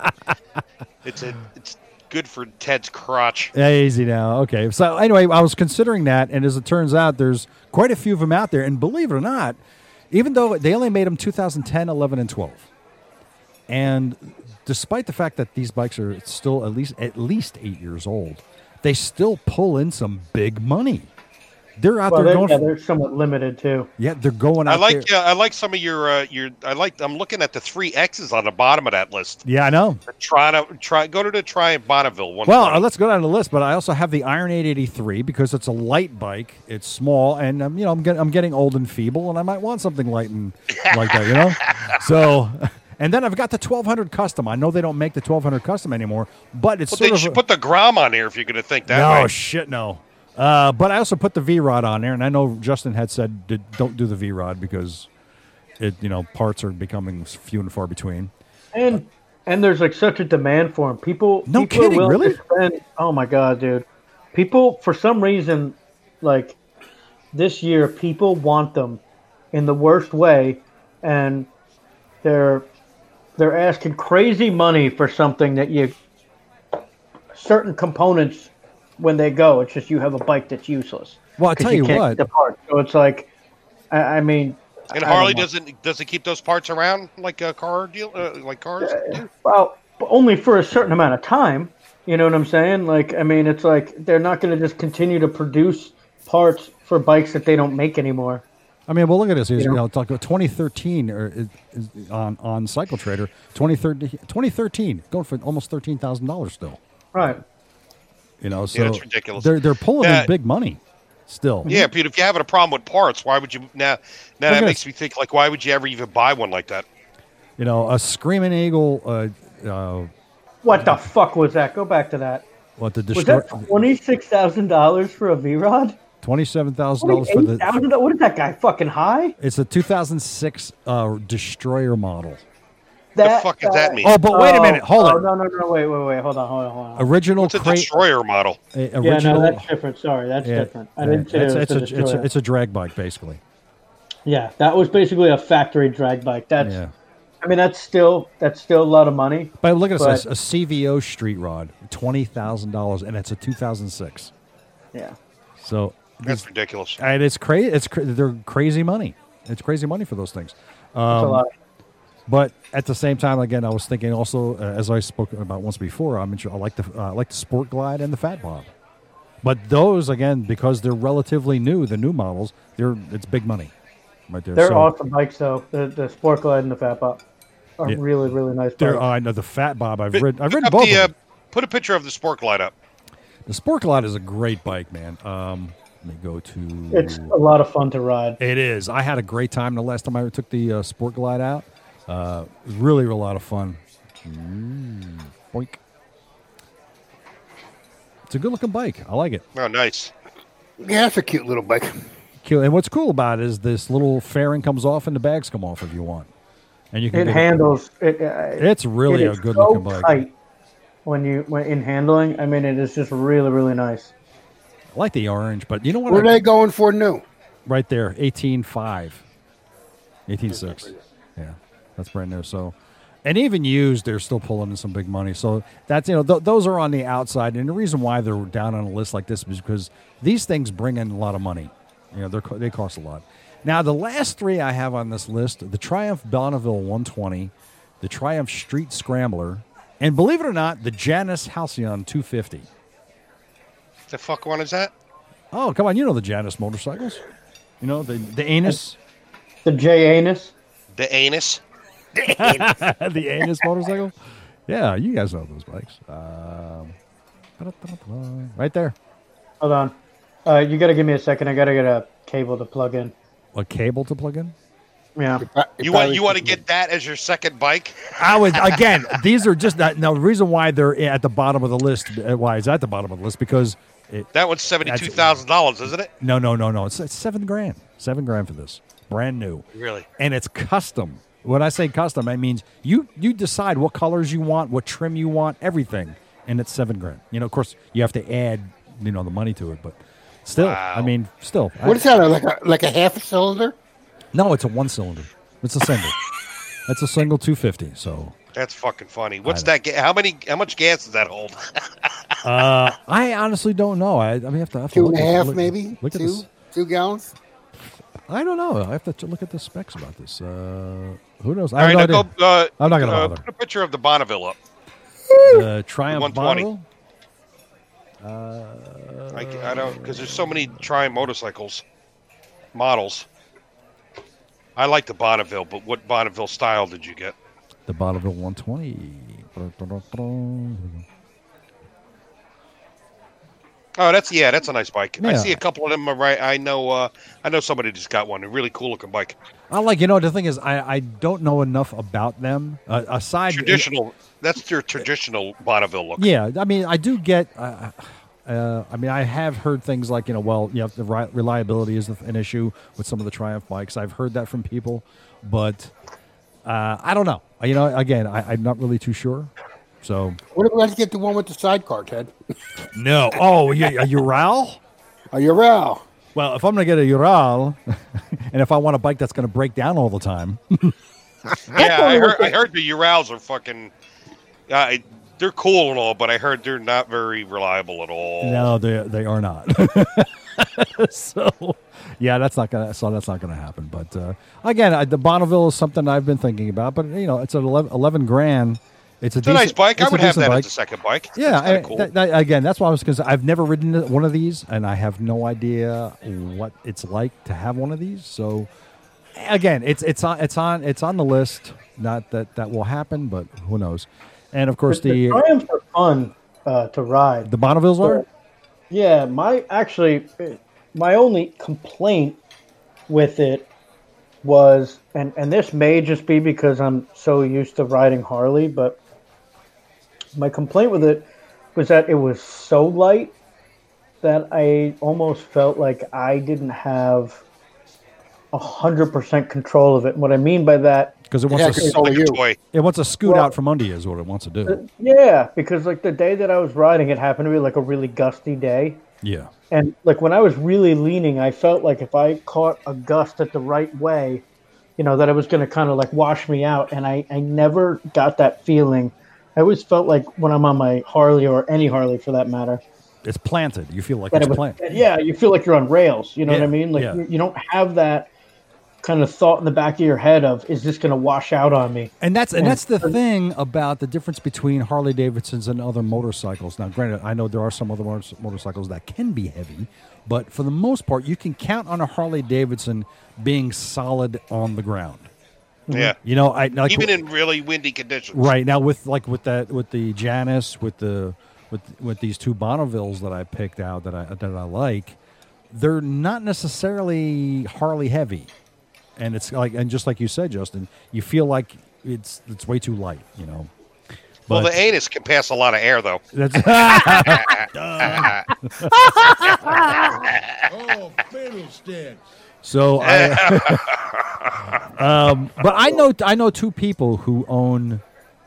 It's a it's good for Ted's crotch.
Yeah, easy now. Okay. So anyway, I was considering that, and as it turns out, there's quite a few of them out there. And believe it or not, even though they only made them 2010, 11, and 12, and despite the fact that these bikes are still at least at least eight years old, they still pull in some big money. They're out
Well, they're,
there going.
yeah,
for-
they're somewhat limited too.
Yeah, they're going out
I like
there.
yeah, I like some of your uh, your I like I'm looking at the three X's on the bottom of that list.
Yeah, I know.
Try to try go to the try and Bonneville one.
Well,
time.
uh, let's go down the list. But I also have the Iron 883 because it's a light bike. It's small, and um, you know I'm getting I'm getting old and feeble, and I might want something light and like that, you know. So, and then I've got the 1200 custom. I know they don't make the 1200 custom anymore, but it's
Well,
sort
they
of
should
a-
put the Grom on here if you're gonna think that
no
way.
shit, no. Uh, but I also put the V Rod on there, and I know Justin had said "D- don't do the V Rod because it you know parts are becoming few and far between.
And and there's like such a demand for them. People,
No
people are
kidding,
willing
really?
To spend, oh my god, dude! People for some reason, like this year, people want them in the worst way, and they're they're asking crazy money for something that you certain components when they go. It's just you have a bike that's useless.
Well, I
'cause
tell you
can't
what.
get the part. So it's like, I, I mean,
And
I
Harley
don't know.
doesn't doesn't keep those parts around like a car deal uh, like cars. do?
Well, but only for a certain amount of time. You know what I'm saying? Like, I mean, it's like they're not going to just continue to produce parts for bikes that they don't make anymore.
I mean, well, look at this. Here's,
You
you
know?
know, it's like 2013 or is, is on on Cycle Trader 2013, 2013 going for almost thirteen thousand dollars still.
Right.
You know, so
Yeah, that's ridiculous.
They're they're pulling
Yeah.
in big money still.
Yeah, but if you're having a problem with parts, why would you now? Now
at
that
us.
makes me think like, why would you ever even buy one like that?
You know, a screaming eagle. Uh, uh,
What the fuck was that? Go back to that.
what the
Was
destroy
that twenty six thousand dollars for a V Rod?
twenty seven thousand dollars for
Twenty
the.
eight thousand. What is that guy fucking high?
It's a 2006 uh, destroyer model.
The fuck
uh,
does that mean?
Oh, but wait a minute, hold
oh,
on.
No, no, no, wait, wait, wait, hold on, hold on, hold on.
Original
It's a
crate.
destroyer model.
uh, Original.
Yeah, no, that's different. Sorry, that's
yeah,
different. I
yeah,
didn't say
it's,
it was
it's, a, it's, a,
destroyer.
it's a drag bike basically.
Yeah, that was basically a factory drag bike. That's,
Yeah.
I mean, that's still that's still a lot of money.
But look at
But-
this, a CVO street rod, twenty thousand dollars, and it's a two thousand six.
Yeah.
So
That's ridiculous.
and it's crazy. It's cra- they're crazy money. It's crazy money for those things.
It's a
Um,
lot.
but at the same time, again, I was thinking also uh, as I spoke about once before. I'm inter- I like the uh, I like the Sport Glide and the Fat Bob, but those again because they're relatively new, the new models, they're it's big money, right there.
They're
So-
awesome bikes, though. The, the Sport Glide and the Fat Pop are
Yeah.
really, really nice bikes.
They're, I know the Fat Bob. I've ridden. I've
Pick
ridden
up
both.
the,
of
uh,
them.
put a picture of the Spork light up.
The Sport Glide is a great bike, man. Um, let me go to.
it's a lot of fun to ride.
It is. I had a great time the last time I took the uh, Sport Glide out. Uh, it was really a lot of fun. Mm, boink. It's a good looking bike. I like it.
Oh, nice.
Yeah, that's a cute little bike.
Cool. And what's cool about it is this little fairing comes off and the bags come off if you want. And you can
It
get-
handles it. uh,
It's really
it
a
is
good
so
looking bike.
tight when you when in handling. I mean, it is just really, really nice.
I like the orange, but you know what?
What
I-
are they going for new?
right there 18.5 18.6 yeah that's brand new so and even used they're still pulling in some big money so that's you know th- those are on the outside and the reason why they're down on a list like this is because these things bring in a lot of money you know they're co- they cost a lot now the last three i have on this list the triumph bonneville 120 the triumph street scrambler and believe it or not the janus halcyon 250
The fuck one is that?
oh come on you know the janus motorcycles you know the, the anus
The J anus.
The anus.
the anus motorcycle. Yeah, you guys know those bikes. Um, ba-da-ba-da-ba. right there.
Hold on. Uh, you gotta give me a second. I gotta get a cable to plug in.
A cable to plug in.
Yeah.
Uh,
You want you want to get that as your second bike?
I would again. These are just not, now. The reason why they're at the bottom of the list. uh, Why is at the bottom of the list? Because it,
That one's seventy two thousand dollars, isn't it?
no, no, no, no. It's, it's seven grand. Seven grand for this. Brand new.
Really?
and it's custom. When I say custom, I mean you you decide what colors you want, what trim you want, everything, and it's seven grand. You know, of course, you have to add you know the money to it, but still, I
Wow.
mean, still, I-
What is that? Like a like a half a cylinder?
no, it's a one cylinder. It's a single. That's a single 250. So
That's fucking funny. What's
know.
that? Ga- how many? How much gas does that hold?
uh, I honestly don't know. I, I mean, I have to, I have to
Two
look
and a
at-
half,
look-
maybe
Look at
two
this.
two gallons.
I don't know. I have to ch- look at the specs about this. Uh, who knows?
All
I
right,
have no
now
idea.
go. Uh,
I'm not gonna
uh,
bother.
put a picture of the Bonneville up.
The Triumph
120.
model.
I, c- I don't because there's so many Triumph motorcycles models. I like the Bonneville, but what Bonneville style did you get?
The Bonneville 120.
Oh, that's yeah, that's a nice bike. I
Yeah.
see a couple of them. are Right, I know. Uh, I know somebody just got one. A really cool looking bike.
I like you know the thing is I, I don't know enough about them uh, aside
Traditional. That's your traditional Bonneville look.
Yeah, I mean I do get. Uh, uh, I mean I have heard things like you know well you know the ri- reliability is an issue with some of the Triumph bikes. I've heard that from people, but uh, I don't know. You know again I, I'm not really too sure. So
What if we have to get the one with the sidecar, Ted?
no. Oh, yeah, a Ural.
A Ural.
Well, if I'm gonna get a Ural, and if I want a bike that's gonna break down all the time,
Yeah, I heard. I heard the Urals are fucking. Uh, I- they're cool and all, but I heard they're not very reliable at all.
No, they they are not. so, yeah, that's not gonna. So that's not gonna happen. But uh, again, I, the Bonneville is something I've been thinking about. But you know, it's at 11, 11 grand. It's a,
It's a nice
decent-
bike. I
it's a
would have
decent
that
bike.
as a second bike.
yeah,
It's kinda
I-
cool.
that- that- again, that's why I was because I've never ridden one of these, and I have no idea what it's like to have one of these. So, again, it's it's on it's on it's on the list. Not that that will happen, but who knows? And of course,
The,
the
triumphs are fun uh, to ride.
the Bonnevilles are.
Yeah, my actually, my only complaint with it was, and and this may just be because I'm so used to riding Harley, but my complaint with it was that it was so light that I almost felt like I didn't have hundred percent control of it. And what I mean by that
Because it wants
Yeah,
to
'cause
s-
so are
Like a
you.
toy.
It wants to scoot
Well- uh,
out from under you is what it wants to do.
Yeah, because like the day that I was riding, it happened to be like a really gusty day.
Yeah.
And like when I was really leaning, I felt like if I caught a gust at the right way, you know, that it was going to kind of like wash me out. And I, I never got that feeling. I always felt like when I'm on my Harley or any Harley for that matter,
It's planted. You feel like
that
it's
it was,
planted.
yeah, you feel like you're on rails. You know
Yeah,
what I mean? Like
yeah.
you, you don't have that kind of thought in the back of your head of, is this going to wash out on me?
And that's and that's the thing about the difference between Harley Davidsons and other motorcycles. Now, granted, I know there are some other motors- motorcycles that can be heavy, but for the most part, you can count on a Harley Davidson being solid on the ground.
Yeah.
You know, I like,
Even in really windy conditions.
Right now, with like with that, with the Janus, with the with with these two Bonnevilles that I picked out that I that I like, they're not necessarily Harley heavy, and it's like and just like you said, Justin, you feel like it's it's way too light, you know.
Well,
But
the anus can pass a lot of air, though.
that's
Oh, fiddlesticks.
so. I, um, but I know I know two people who own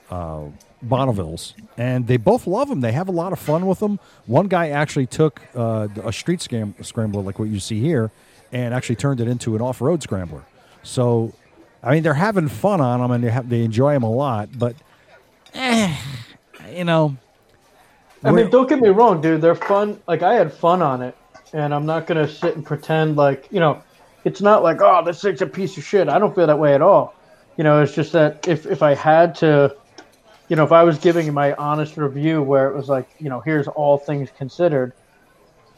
uh, Bonnevilles, and they both love them. They have a lot of fun with them. One guy actually took uh, a street scam- scrambler, like what you see here, and actually turned it into an off-road scrambler. So, I mean, they're having fun on them, and they have, they enjoy them a lot. But, eh, you know,
I
We're-
mean, don't get me wrong, dude. They're fun. Like I had fun on it, and I'm not gonna sit and pretend like you know. It's not like oh, this thing's a piece of shit. I don't feel that way at all. You know, it's just that if if I had to, you know, if I was giving my honest review where it was like, you know, here's all things considered,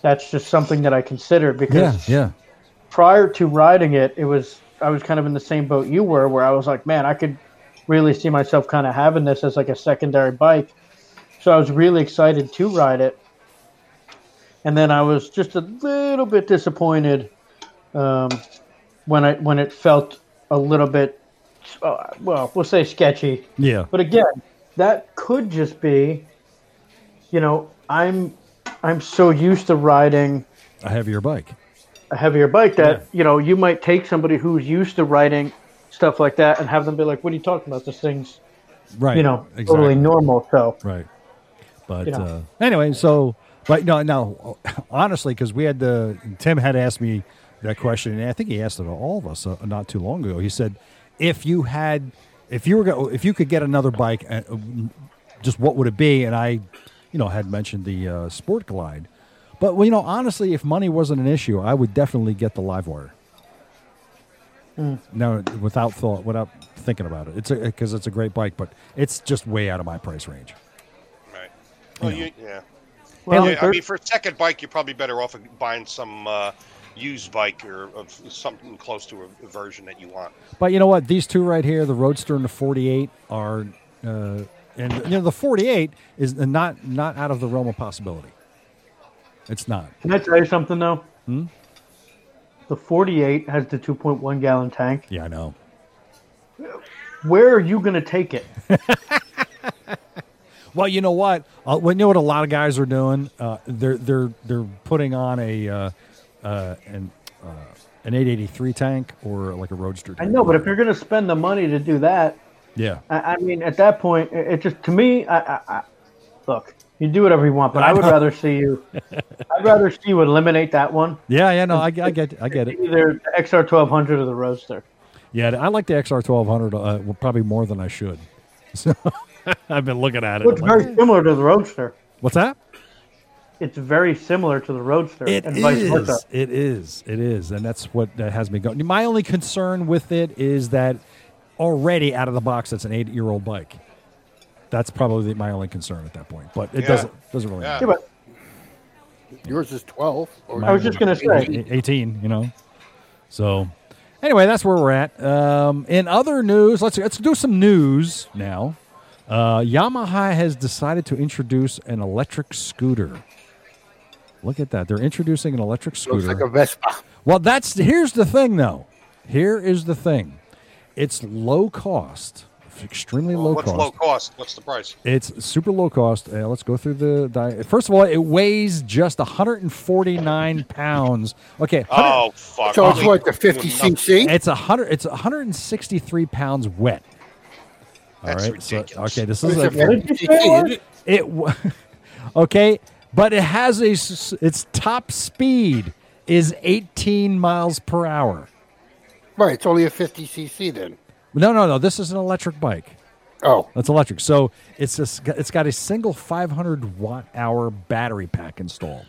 that's just something that I considered
yeah,
because
yeah.
prior to riding it, it was I was kind of in the same boat you were, where I was like, man, I could really see myself kind of having this as like a secondary bike. So I was really excited to ride it, and then I was just a little bit disappointed um, when I when it felt a little bit, uh, well, we'll say sketchy.
Yeah.
But again, that could just be, you know, I'm I'm so used to riding
A heavier bike.
a heavier bike that you know you might take somebody who's used to riding stuff like that and have them be like what are you talking about this thing's
Right.
you know
exactly.
totally normal so
Right. But
You know.
uh, anyway, so but no, no. Honestly, because we had the Tim had asked me that question, and I think he asked it to all of us uh, not too long ago. He said, "If you had, if you were, go, if you could get another bike, uh, just what would it be?" And I, you know, had mentioned the uh, Sport Glide. But well, you know, honestly, if money wasn't an issue, I would definitely get the Livewire.
Mm.
No, without thought, without thinking about it, it's because it's a great bike, but it's just way out of my price range.
Right. Well, you, yeah.
well,
yeah, I
there-
mean, for a second bike, you're probably better off buying some uh, used bike or of something close to a, a version that you want.
But you know what? These two right here, the Roadster and the 48, are, uh, and you know, the 48 is not not out of the realm of possibility. It's not.
can i tell you something though
Hmm?
the 48 has the 2.1 gallon tank
Yeah, I know.
where are you going to take it
Well, you know what? Uh, well, you know what a lot of guys are doing. Uh, they're they're they're putting on a uh, uh, an uh, an 883 tank or like a Roadster.
i
Tank.
know but if you're going to spend the money to do that
yeah,
i, I mean at that point it, it just to me I, I, I look you do whatever you want but i would rather see you i'd rather see you eliminate that one
yeah, yeah. No, I, I get I get it.
either the xr1200 or the roadster
Yeah, I like the XR 1200 uh, well, probably more than I should. So I've been looking at it.
looks
I'm like,
very similar to the roadster
What's that?
it's very similar to the Roadster
It
and vice versa.
is. It is. It is. And that's what that has me going. My only concern with it is that already out of the box, it's an eight-year-old bike. That's probably my only concern at that point. But it
Yeah.
doesn't doesn't really
Yeah.
Yeah,
matter.
but
Yours is 12. Or
I was just gonna say,
Eight- Eighteen, you know. So anyway, that's where we're at. Um, in other news, let's let's do some news now. Uh, Yamaha has decided to introduce an electric scooter. Look at that! They're introducing an electric scooter. Uh,
looks like a Vespa.
Well, that's here's the thing, though. Here is the thing. It's low cost, extremely low
What's
cost.
low cost? What's the price?
It's super low cost. Uh, let's go through the. Di- First of all, it weighs just 149 pounds. Okay,
Oh, fuck.
So it's
Holy-
what, the 50cc?
it's a hundred. It's 163 pounds wet. All right.
That's
so-
ridiculous.
okay, this is
It's a
like
50cc. is it?
it. w- Okay, but it has a. s- Its top speed is 18 miles per hour.
Right, it's only a 50cc then.
No, no, no. This is an electric bike.
Oh,
That's electric. So it's this, it's got a single 500 watt hour battery pack installed,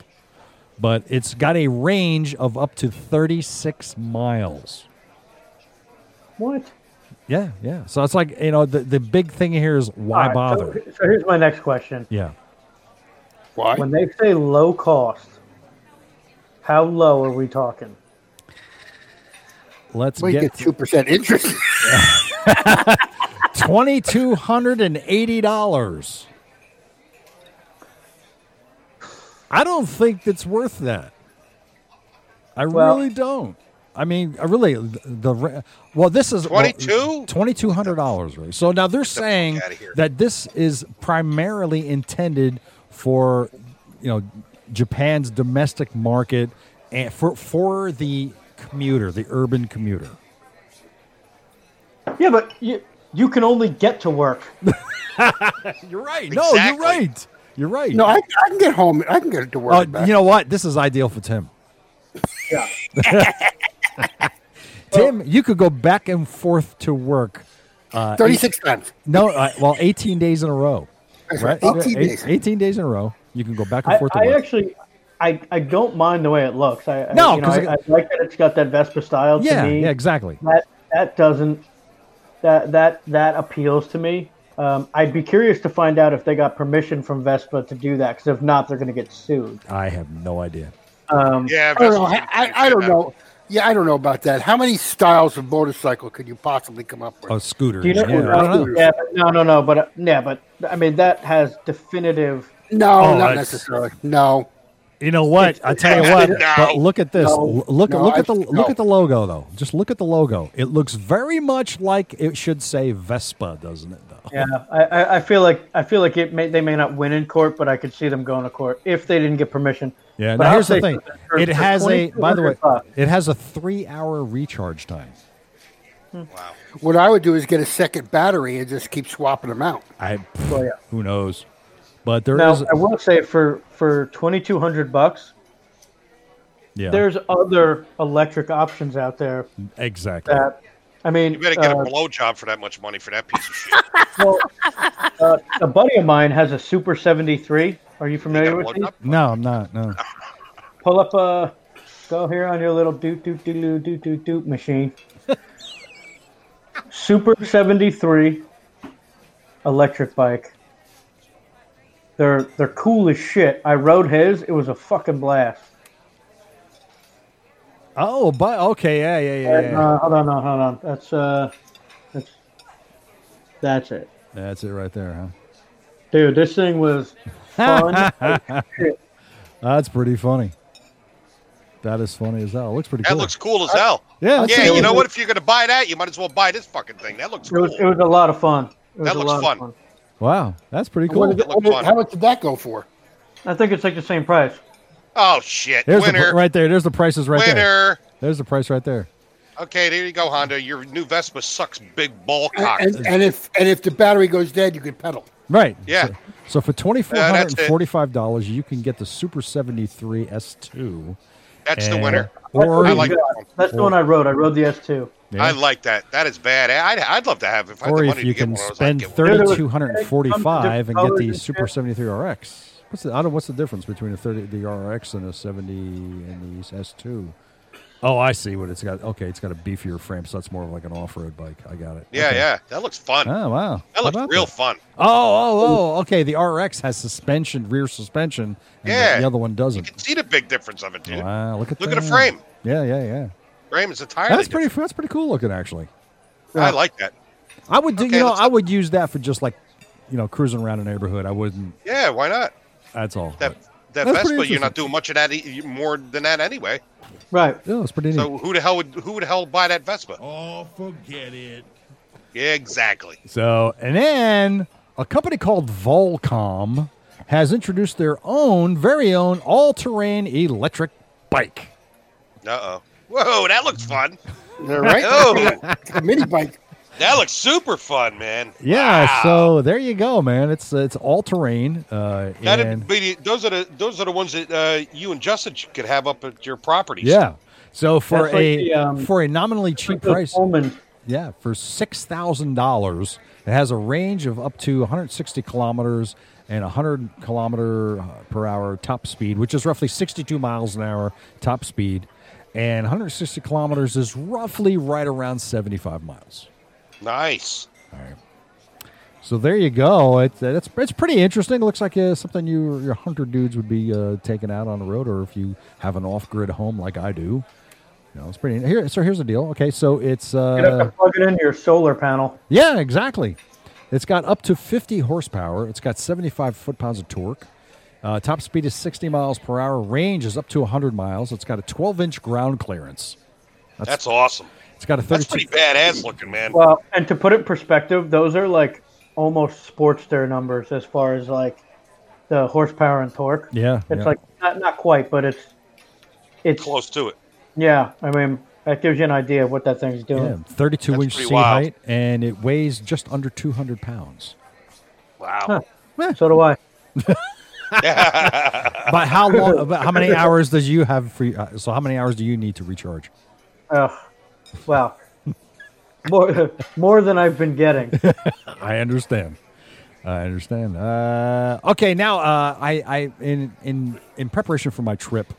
but it's got a range of up to 36 miles.
what?
Yeah, yeah. So it's like you know the, the big thing here is why
All right,
bother?
So, so here's my next question:
yeah.
why?
When they say low cost, how low are we talking?
Let's
Well, you
get
get 2% interest.
twenty two hundred and eighty dollars. I don't think that's worth that. I
Well-
really don't. I mean, I really the, the ra- well. This is
$22?
twenty two hundred dollars. Really. So now they're
fuck
saying
outta here.
that this is primarily intended for you know Japan's domestic market and for for the commuter, the urban commuter.
Yeah, but you, you can only get to work.
You're right. No, you're
Exactly.
right. You're right.
No, I, I can get home. I can get to work.
Uh,
back.
you know what? This is ideal for Tim. Yeah. Tim, you could go back and forth to work. Uh, eight-
36 times.
no, uh, well, 18 days in a row.
That's
Right?
right. 18
Eight-
days.
18 days in a row. You can go back and
I,
forth to
I
work.
actually, I, I don't mind the way it looks. I I-
No,
you know,
'cause
I,
it-
I like that it's got that Vespa style. To
yeah,
me.
yeah, exactly.
that that doesn't that that that appeals to me. Um, I'd be curious to find out if they got permission from Vespa to do that, because if not, they're going to get sued.
I have no idea.
Um,
Yeah,
I don't know.
Vespa's gonna
I,
take
I, I
care
don't
of
know. Yeah, I don't know about that. How many styles of motorcycle could you possibly come up with?
Oh, scooter.
do you know? uh,
yeah, I don't know.
Yeah, but no, no, no. But uh, yeah, but I mean that has definitive.
no,
Oh,
not
that's-
necessarily. No.
You know what? I tell you what.
No.
But look at this.
No.
L- Look,
No,
look at
I-
the
no.
look at the logo though. Just look at the logo. It looks very much like it should say Vespa, doesn't it? Though.
Yeah, I, I, I feel like I feel like it may they may not win in court, but I could see them going to court if they didn't get permission.
Yeah.
But
Now
I'll
here's the
say
thing.
for-
It
for
has a. By the way,
2200 bucks,
it has a three-hour recharge time.
Wow.
What I would do is get a second battery and just keep swapping them out.
I.
so yeah.
Who knows? But there is.
Now I will say for for twenty two hundred bucks,
yeah.
there's other electric options out there
exactly.
that I mean,
You better get a
uh,
blowjob for that much money for that piece of shit.
well, uh, a buddy of mine has a Super 73. Are you
You
familiar
got a
with these?
blowjob?
no, I'm not. No.
Pull up a go here on your little doot doot doot doot doot doot doot machine. Super 73 electric bike. They're they're cool as shit. I rode his. It was a fucking blast.
Oh, but okay. Yeah, yeah, yeah. yeah.
Uh, hold on, hold on, hold on. That's uh, that's that's it,
That's it right there, huh?
dude. This thing was fun.
That's pretty funny. That is funny as hell. It looks pretty
That
cool.
looks cool as hell.
yeah, that's
Yeah,
pretty
you know
cool.
what? If you're gonna buy that, you might as well buy this fucking thing. That looks
It was, it
cool.
was a lot of fun. It was
That
a
looks
lot
fun.
Of fun.
Wow, that's pretty
What
cool.
did-
That looked
what did- how
fun.
much did that go for?
I think it's like the same price.
Oh shit!
There's the
Winner,
pr- right there. There's the prices right there.
winner.
There's the price right there.
Okay, there you go, Honda. Your new Vespa sucks big ball cock.
And, and if and if the battery goes dead, you could pedal.
Right.
Yeah. Uh,
So, so for twenty four hundred and
that's it.
forty five dollars, you can get the Super seventy three S two.
That's the winner.
Or
I like that one.
That's the one I rode. I rode the S2.
I like that. That is bad. I'd, I'd love to have if I had
or
the
if
money
you
to get
can
one. of those, I'd
spend
get one.
one.
thirty two hundred and forty five and get
Colours
the
and
Super
shit.
seventy three RX. What's the I don't what's the difference between a thirty the RX and a seventy and the S two? Oh, I see what it's got. Okay, it's got a beefier frame, so that's more of like an off road bike. I got it.
Yeah,
Okay.
yeah. That looks fun.
Oh wow, How
that looks
about
real
that?
fun.
Oh, oh, oh. Okay, the RX has suspension, rear suspension, and
Yeah.
the, the other one
You
doesn't.
can see the big difference of it, dude.
Wow, look at
Look at
that.
the frame.
Yeah, yeah, yeah.
Frame is entirely.
That's pretty. That's pretty cool looking, actually.
different. I like that.
I would do.
Okay,
you know,
let's-
I would use that for just like, you know, cruising around a neighborhood. I wouldn't.
Yeah, why not?
That's all.
That that
That's pretty
Vespa, you're
interesting.
not doing much of that e- more than that anyway.
Right.
yeah, oh, it's pretty neat.
So who the hell would who the hell buy that Vespa?
Oh, forget it.
Yeah, exactly.
So, and then a company called Volcom has introduced their own, very own, all-terrain electric bike.
Uh oh. Whoa, that looks fun.
All right.
Oh,
A mini bike.
that looks super fun, man.
Yeah.
Wow.
So there you go, man. It's uh, it's all-terrain. Uh, and
That'd be the- those are the those are the ones that uh, you and Justin could have up at your properties.
yeah. So for
That's like
a
the, um,
for a nominally cheap
Those
price, Uh,
Pullman-
Yeah, for six thousand dollars, it has a range of up to 160 kilometers and 100 kilometer uh, per hour top speed, which is roughly 62 miles an hour top speed, and 160 kilometers is roughly right around 75 miles.
Nice.
So there you go. It's it's, it's pretty interesting. It looks like uh, something you your hunter dudes would be uh, taking out on the road, or if you have an off grid home like I do. You know, it's pretty. Here, so here's the deal. Okay, so it's. Uh,
You'd have to plug it into your solar panel.
Yeah, exactly. It's got up to 50 horsepower. It's got 75 foot pounds of torque. Uh, top speed is 60 miles per hour. Range is up to 100 miles. It's got a 12 inch ground clearance.
That's awesome.
It's got a
That's
32.
pretty badass looking, man.
Well, and to put it in perspective, those are like almost Sportster numbers as far as like the horsepower and torque.
Yeah,
It's
yeah.
like not, not quite, but it's it's
Close to it.
yeah. I mean, That gives you an idea of what that thing's doing.
Yeah, 32
That's
inch
pretty
seat
wild.
height, and it weighs just under 200 pounds.
Wow.
So do I.
But how long? About how many hours does you have for? Uh, so how many hours do you need to recharge?
Ugh. Wow. More, more than I've been getting.
I understand. I understand. Uh, okay, now uh, I, I in in in preparation for my trip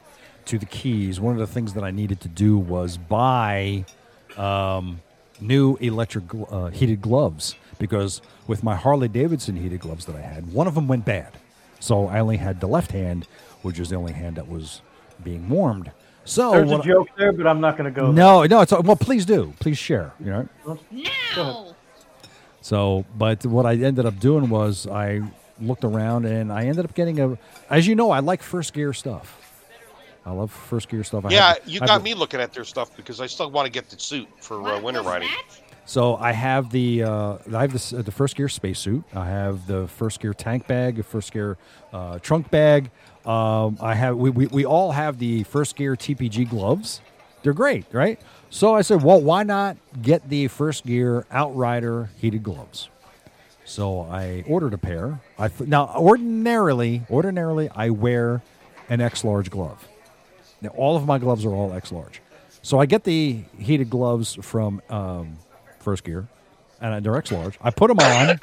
to the Keys, one of the things that I needed to do was buy um, new electric gl- uh, heated gloves because with my Harley Davidson heated gloves that I had, one of them went bad, so I only had the left hand, which is the only hand that was being warmed. So
There's a
what I-
joke there, but I'm not going to go. there.
no, no, it's well. Please do. Please share. You know.
Now!
So, but what I ended up doing was I looked around and I ended up getting a. As you know, I like first gear stuff. I love first gear stuff. I
yeah,
have-
you
I've-
got me looking at their stuff because I still want to get the suit for uh,
What
winter
was
riding.
that?
So I have the uh, I have this, uh, the first gear spacesuit. I have the first gear tank bag, the first gear uh, trunk bag. Um, I have we, we, we all have the first gear TPG gloves. They're great, right? So I said, well, why not get the first gear Outrider heated gloves? So I ordered a pair. I th- now ordinarily ordinarily I wear an X large glove. Now, all of my gloves are all X large. So I get the heated gloves from um, First Gear, and they're X large. I put them on,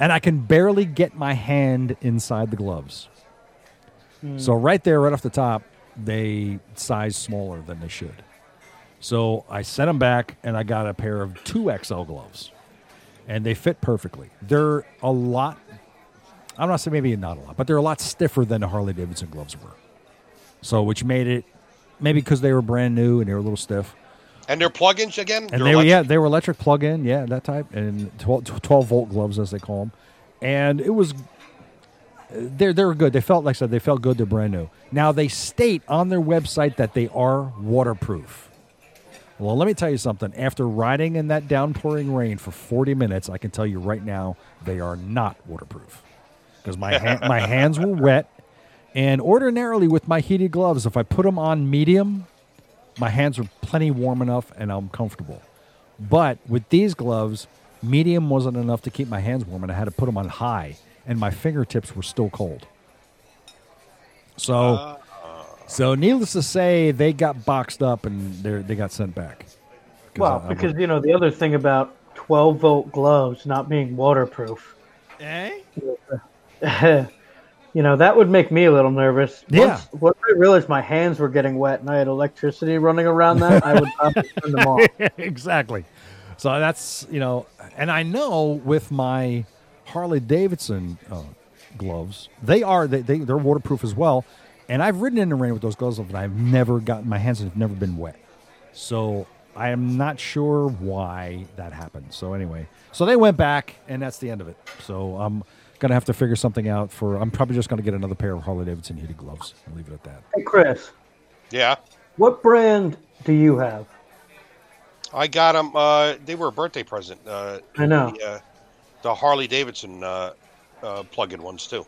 and I can barely get my hand inside the gloves. So right there, right off the top, they size smaller than they should. So I sent them back, and I got a pair of two XL gloves, and they fit perfectly. They're a lot. I'm not saying maybe not a lot, but they're a lot stiffer than the Harley Davidson gloves were. So which made it maybe because they were brand new and they were a little stiff.
And their plugins again?
And
They're
they were yeah
electric?
they were electric plug-in yeah that type and 12, 12 volt gloves as they call them, and it was they they were good they felt like I said they felt good they're brand new. Now they state on their website that they are waterproof. Well, let me tell you something. After riding in that downpouring rain for 40 minutes, I can tell you right now they are not waterproof because my hand, my hands were wet. And ordinarily, with my heated gloves, if I put them on medium, my hands are plenty warm enough and I'm comfortable. But with these gloves, medium wasn't enough to keep my hands warm, and I had to put them on high, and my fingertips were still cold. So, so needless to say, they got boxed up and they they got sent back.
Well,
I- I
because you know the other thing about 12 volt gloves not being waterproof. Eh? you know that would make me a little nervous.
Yeah.
Once, once I realized my hands were getting wet and I had electricity running around them, I would probably turn them off.
exactly. So that's you know, and I know with my Harley Davidson uh, gloves, they are they, they they're waterproof as well. And I've ridden in the rain with those gloves on, and I've never gotten my hands have never been wet. So I am not sure why that happened. So anyway, so they went back, and that's the end of it. So I'm gonna have to figure something out for. I'm probably just gonna get another pair of Harley Davidson heated gloves and leave it at that.
Hey, Chris,
Yeah.
what brand do you have?
I got them. Uh, they were a birthday present. Uh,
I know
Oh.
the, uh, the Harley Davidson uh, uh, plug-in ones too.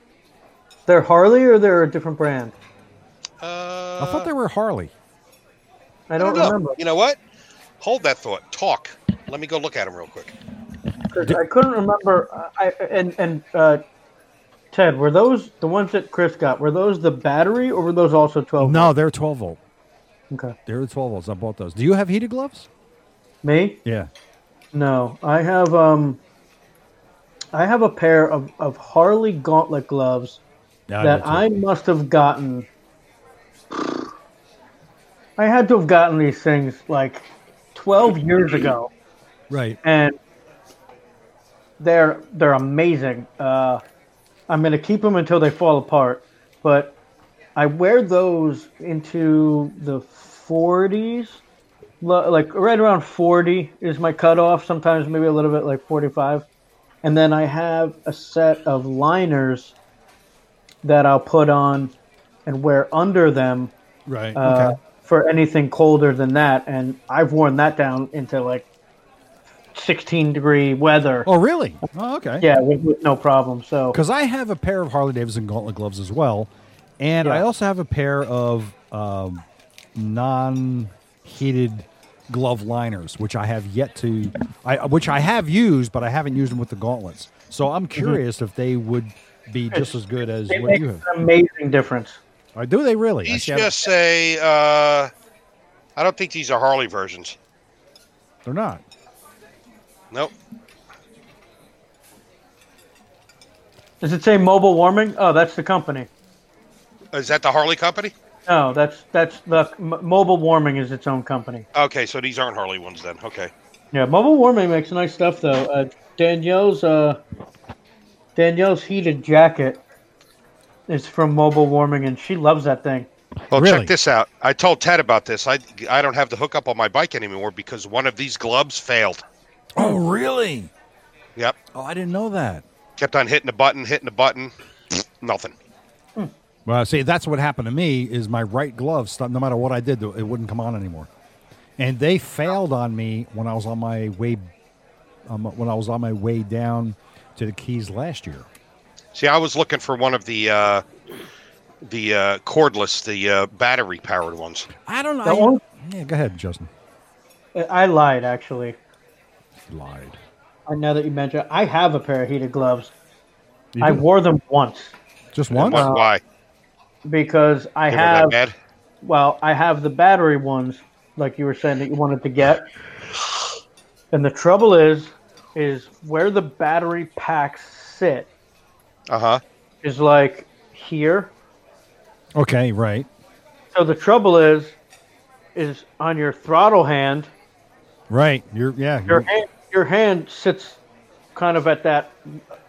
they're Harley or they're a different brand.
Uh,
I thought they were Harley.
I don't,
know.
remember
You know what? Hold that thought. Talk. Let me go look at them real quick.
'cause I couldn't remember. I I- and and uh, Ted, were those the ones that Chris got? Were those the battery or were those also 12?
No, they're 12 volt.
Okay.
They're the 12 volts. I bought those. Do you have heated gloves?
Me?
Yeah.
No, I have um, I have a pair of, of Harley gauntlet gloves that I must have gotten. I had to have gotten these things like twelve years ago,
right.
and they're they're amazing. Uh, I'm gonna keep them until they fall apart, but I wear those into the 40s, lo- like right around 40 is my cutoff. Sometimes maybe a little bit like 45, and then I have a set of liners that I'll put on and wear under them
Right.
uh, for anything colder than that. And I've worn that down into like 16 degree weather.
Oh, really? Oh, okay.
Yeah, with, with no problem. So
Because I have a pair of Harley Davidson gauntlet gloves as well, and
Yeah.
I also have a pair of um, non-heated glove liners, which I have yet to, I which I have used, but I haven't used them with the gauntlets. So
Mm-hmm.
I'm curious if they would be just as good as
It
what
makes
you
an
have.
amazing difference.
Or do they really? I
These
see- I-
just say, uh, I don't think these are Harley versions.
they're not.
Nope.
Does it say mobile warming? Oh, that's the company.
Is that the Harley company?
No, that's that's the m- mobile warming is its own company.
Okay, so these aren't Harley ones then. Okay.
Yeah, mobile warming makes nice stuff though. Uh, Danielle's uh, Danielle's heated jacket is from mobile warming, and she loves that thing.
Well,
Really?
check this out. I told Ted about this. I I don't have the hookup on my bike anymore because one of these gloves failed.
Oh, really?
Yep.
Oh, I didn't know that.
Kept on hitting the button, hitting the button. Nothing.
Well, see, that's what happened to me. Is my right glove stopped? No matter what I did, it wouldn't come on anymore. And they failed on me when I was on my way, um, when I was on my way down to the Keys last year.
See, I was looking for one of the uh, the uh, cordless, the uh, battery powered ones.
I don't know.
The only-
yeah, go ahead, Justin.
Uh, I lied actually.
You lied.
Uh, Now that you mention, it, I have a pair of heated gloves.
You
I
do.
wore them once
just once.
Why? why?
because I
They were
have
that bad?
well, I have the battery ones, like you were saying that you wanted to get. And the trouble is, is where the battery packs sit
Uh huh.
is like here
Okay, right,
So the trouble is, is on your throttle hand,
right. You're yeah.
your
You're,
hand, your hand sits kind of at that,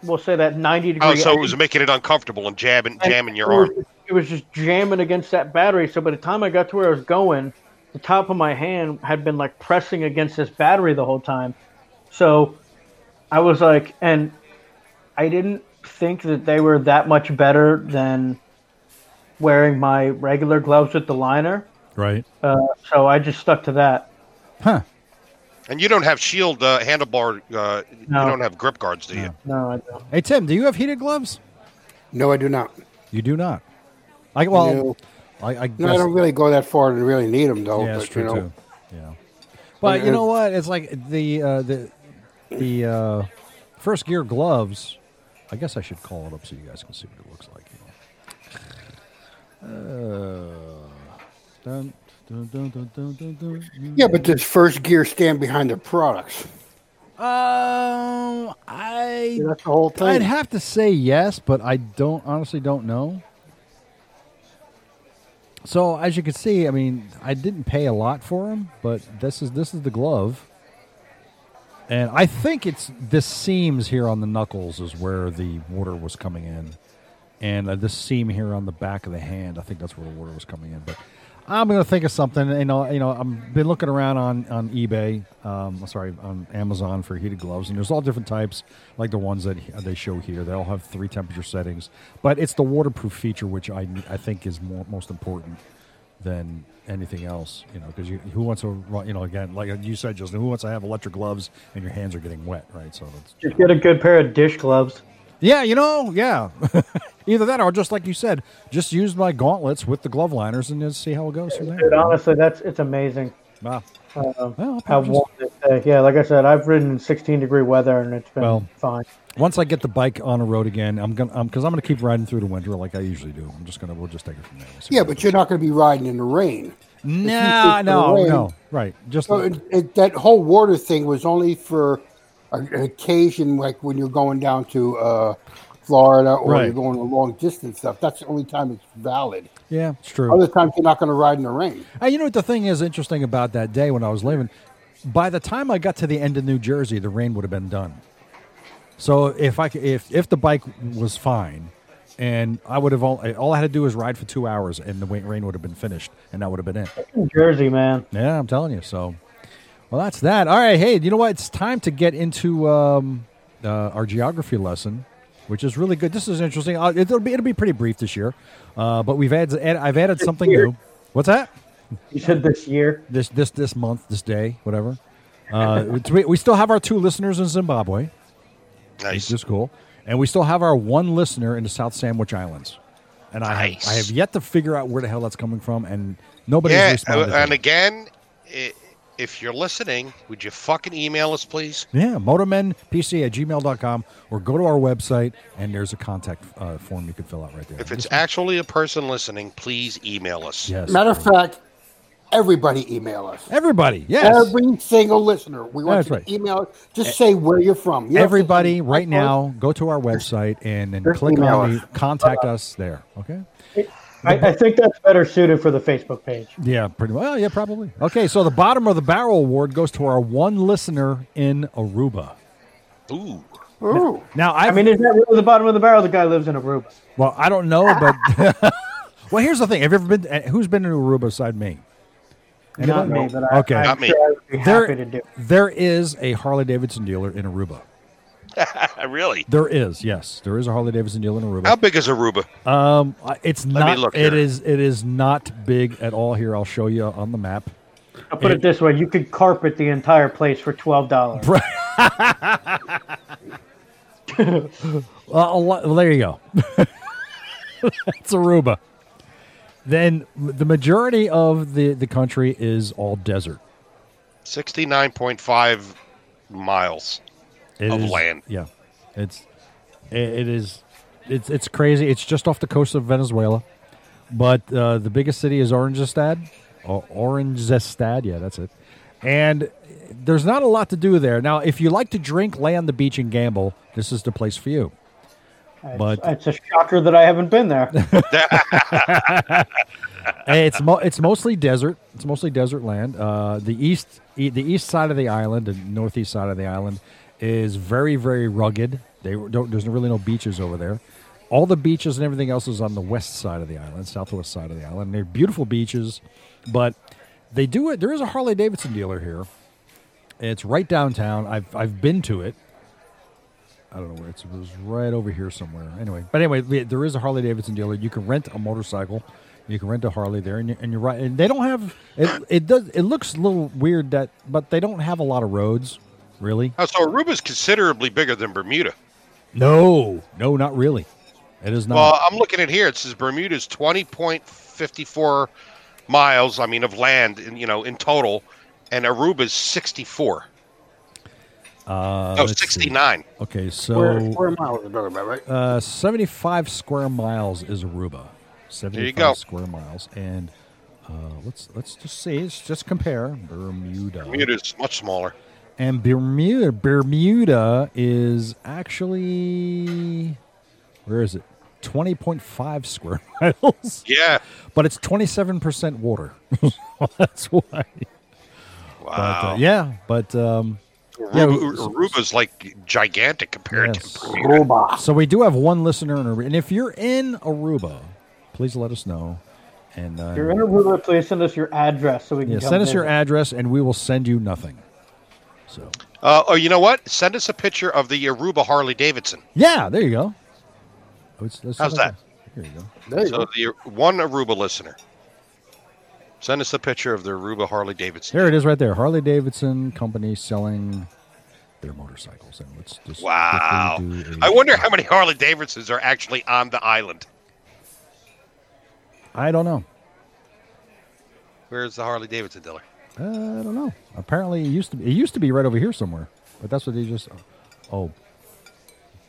we'll say that ninety degree.
Oh, so it
angle,
was making it uncomfortable and jabbing,
and
jamming your
it was-
arm.
It was just jamming against that battery. So by the time I got to where I was going, the top of my hand had been like pressing against this battery the whole time. So I was like, and I didn't think that they were that much better than wearing my regular gloves with the liner.
right.
Uh, so I just stuck to that.
Huh.
And you don't have shield uh, handlebar. Uh,
No.
You don't have grip guards, do you?
No, I don't.
Hey Tim, do you have heated gloves?
No, I do not.
You do not. I well,
No.
I, I guess
No, I don't really go that far to really need them though.
yeah, it's
but you
true
know,
too. Yeah, but you
it-
know what? It's like the uh, the the uh, first gear gloves. I guess I should call it up so you guys can see what it looks like. you know. Uh, dun, dun, dun, dun, dun, dun, dun.
yeah, but does first gear stand behind the products?
Um, I
That's the whole
I'd
thing.
have to say yes, but I don't honestly don't know. So as you can see, I mean, I didn't pay a lot for them, but this is this is the glove, and I think it's this seams here on the knuckles is where the water was coming in, and uh, this seam here on the back of the hand, I think that's where the water was coming in. But I'm gonna think of something, and I'll, you know, I've been looking around on on eBay, um, sorry, on Amazon for heated gloves, and there's all different types, like the ones that he- they show here. They all have three temperature settings, but it's the waterproof feature which I I think is more, most important than anything else, you know, because you who wants to run, you know, again, like you said, Justin, who wants to have electric gloves and your hands are getting wet, right? So that's
Just get a good pair of dish gloves.
yeah, you know, yeah. Either that or just like you said, just use my gauntlets with the glove liners and just see how it goes from there.
Dude, honestly, that's it's amazing
Wow.
um,
Well, I'll
how
probably just-
warm this day. Yeah, like I said, I've ridden in 16 degree weather and it's been
Well,
fine.
once I get the bike on the road again, I'm gonna because I'm gonna keep riding through the winter like I usually do. I'm just gonna we'll just take it from there. We'll see
yeah,
what
but
happens.
you're not going to be riding in the rain.
nah,
if you take
no,
it away-
no, right? Just
So it, it, that whole water thing was only for a- an occasion, like when you're going down to uh, Florida or
Right.
you're going a long distance stuff. That's the only time it's valid.
yeah, it's true.
Other times you're not going to ride in the rain.
And you know what the thing is interesting about that day when I was leaving? By the time I got to the end of New Jersey, the rain would have been done. So if I c- if if the bike was fine, and I would have all all I had to do was ride for two hours, and the wa- rain would have been finished, and that would have been it.
New Jersey, man.
Yeah, I'm telling you. So, well, that's that. All right. Hey, you know what? It's time to get into um, uh, our geography lesson, which is really good. This is interesting. Uh, it'll be it'll be pretty brief this year, uh, but we've added add, I've added something
year.
new. What's that?
You said this year.
this this this month, this day, whatever. Uh, it's- we, we still have our two listeners in Zimbabwe,
Nice.
which is cool, and we still have our one listener in the South Sandwich Islands. And I have,
Nice.
I have yet to figure out where the hell that's coming from, and nobody's
yeah,
responded.
and
to it.
again, it, if you're listening, would you fucking email us, please?
Yeah, motormenpc at gmail.com or go to our website and there's a contact uh, form you can fill out right there.
If it's actually a person listening, please email us.
yes.
Matter of fact, everybody email us.
everybody, yes.
Every single listener. We want
That's
you
right.
to email us. Just say where you're from. You don't have to
everybody
say-
right now go to our website and then
Just
click
email
on the
us.
contact us there okay
I, I think that's better suited for the Facebook page.
yeah pretty well yeah probably okay so the bottom of the barrel award goes to our one listener in aruba
Ooh.
Ooh.
now i
I mean, is that really the bottom of the barrel? The guy lives in Aruba.
well i don't know but well here's the thing have you ever been eh, who's been to aruba aside me
Not
Anybody?
me, but I,
okay
I'm
Not me.
sure I would be
There-
happy to do. it.
there is a harley davidson dealer in aruba
really?
there is yes there is a harley davidson dealer in aruba
How big is Aruba?
Um, uh, it's
me
not.
look
It
here.
is. It is not big at all. Here, I'll show you on the map.
I'll put it this way: you could carpet the entire place for twelve dollars.
Uh, a lot, well, there you go. That's Aruba. Then the majority of the the country is all desert.
69.5 miles.
It
Of
is-
land.
Yeah, it's it, it is it's it's crazy. It's just off the coast of Venezuela, but uh, the biggest city is Orangestad. Or Orangestad, yeah, that's it. And there's not a lot to do there. Now, if you like to drink, lay on the beach, and gamble, this is the place for you. But
It's a shocker that I haven't been there.
Hey, it's mo- it's mostly desert. It's mostly desert land. Uh, the east e- the east side of the island and northeast side of the island is very very rugged. They don't there's really no beaches over there. All the beaches and everything else is on the west side of the island, southwest side of the island. They're beautiful beaches, but they do it. There is a Harley Davidson dealer here. It's right downtown. I've I've been to it. I don't know where it's, it was right over here somewhere. Anyway, but anyway, we- there is a Harley Davidson dealer. You can rent a motorcycle. You can rent a Harley there, and, you, and you're right. And they don't have it. It does. It looks a little weird that, but they don't have a lot of roads, really.
Oh, so Aruba's considerably bigger than Bermuda.
No, no, not really. It is not.
Well, I'm looking at here. It says Bermuda's 20.54 miles, I mean, of land, in, you know, in total, and Aruba's 64.
uh,
no,
Oh, let's see.
69.
Okay,
Square,
so
square miles we're talking about, right?
uh, 75 square miles is Aruba. 75
go.
square miles, and uh, let's let's just see. Let's just compare Bermuda.
Bermuda's much smaller.
And Bermuda, Bermuda is actually where is it? Twenty point five square miles,
Yeah.
but it's twenty seven percent water. That's why. But, uh,
Wow.
yeah, but um, yeah,
Aruba,
so-
Aruba's like gigantic compared
Yes.
to Bermuda.
Aruba.
so we do have one listener in Aruba, and if you're in Aruba, please let us know. And uh,
If you're in Aruba, please send us your address so we can.
yeah,
come
send us your
visit.
address, and we will send you nothing. So
Uh, oh, you know what? Send us a picture of the Aruba Harley Davidson.
yeah, there you go. Oh, Let's- let's-
How's that?
There you go.
There you
So
go.
the one Aruba listener. Send us a picture of the Aruba Harley Davidson.
There it is, right there. Harley Davidson company selling their motorcycles, and let's just
Wow.
quickly do a-
I wonder how many Harley Davidsons are actually on the island.
I don't know.
Where's the Harley Davidson dealer?
Uh, I don't know. Apparently, it used to be, it used to be right over here somewhere, but that's what they just oh,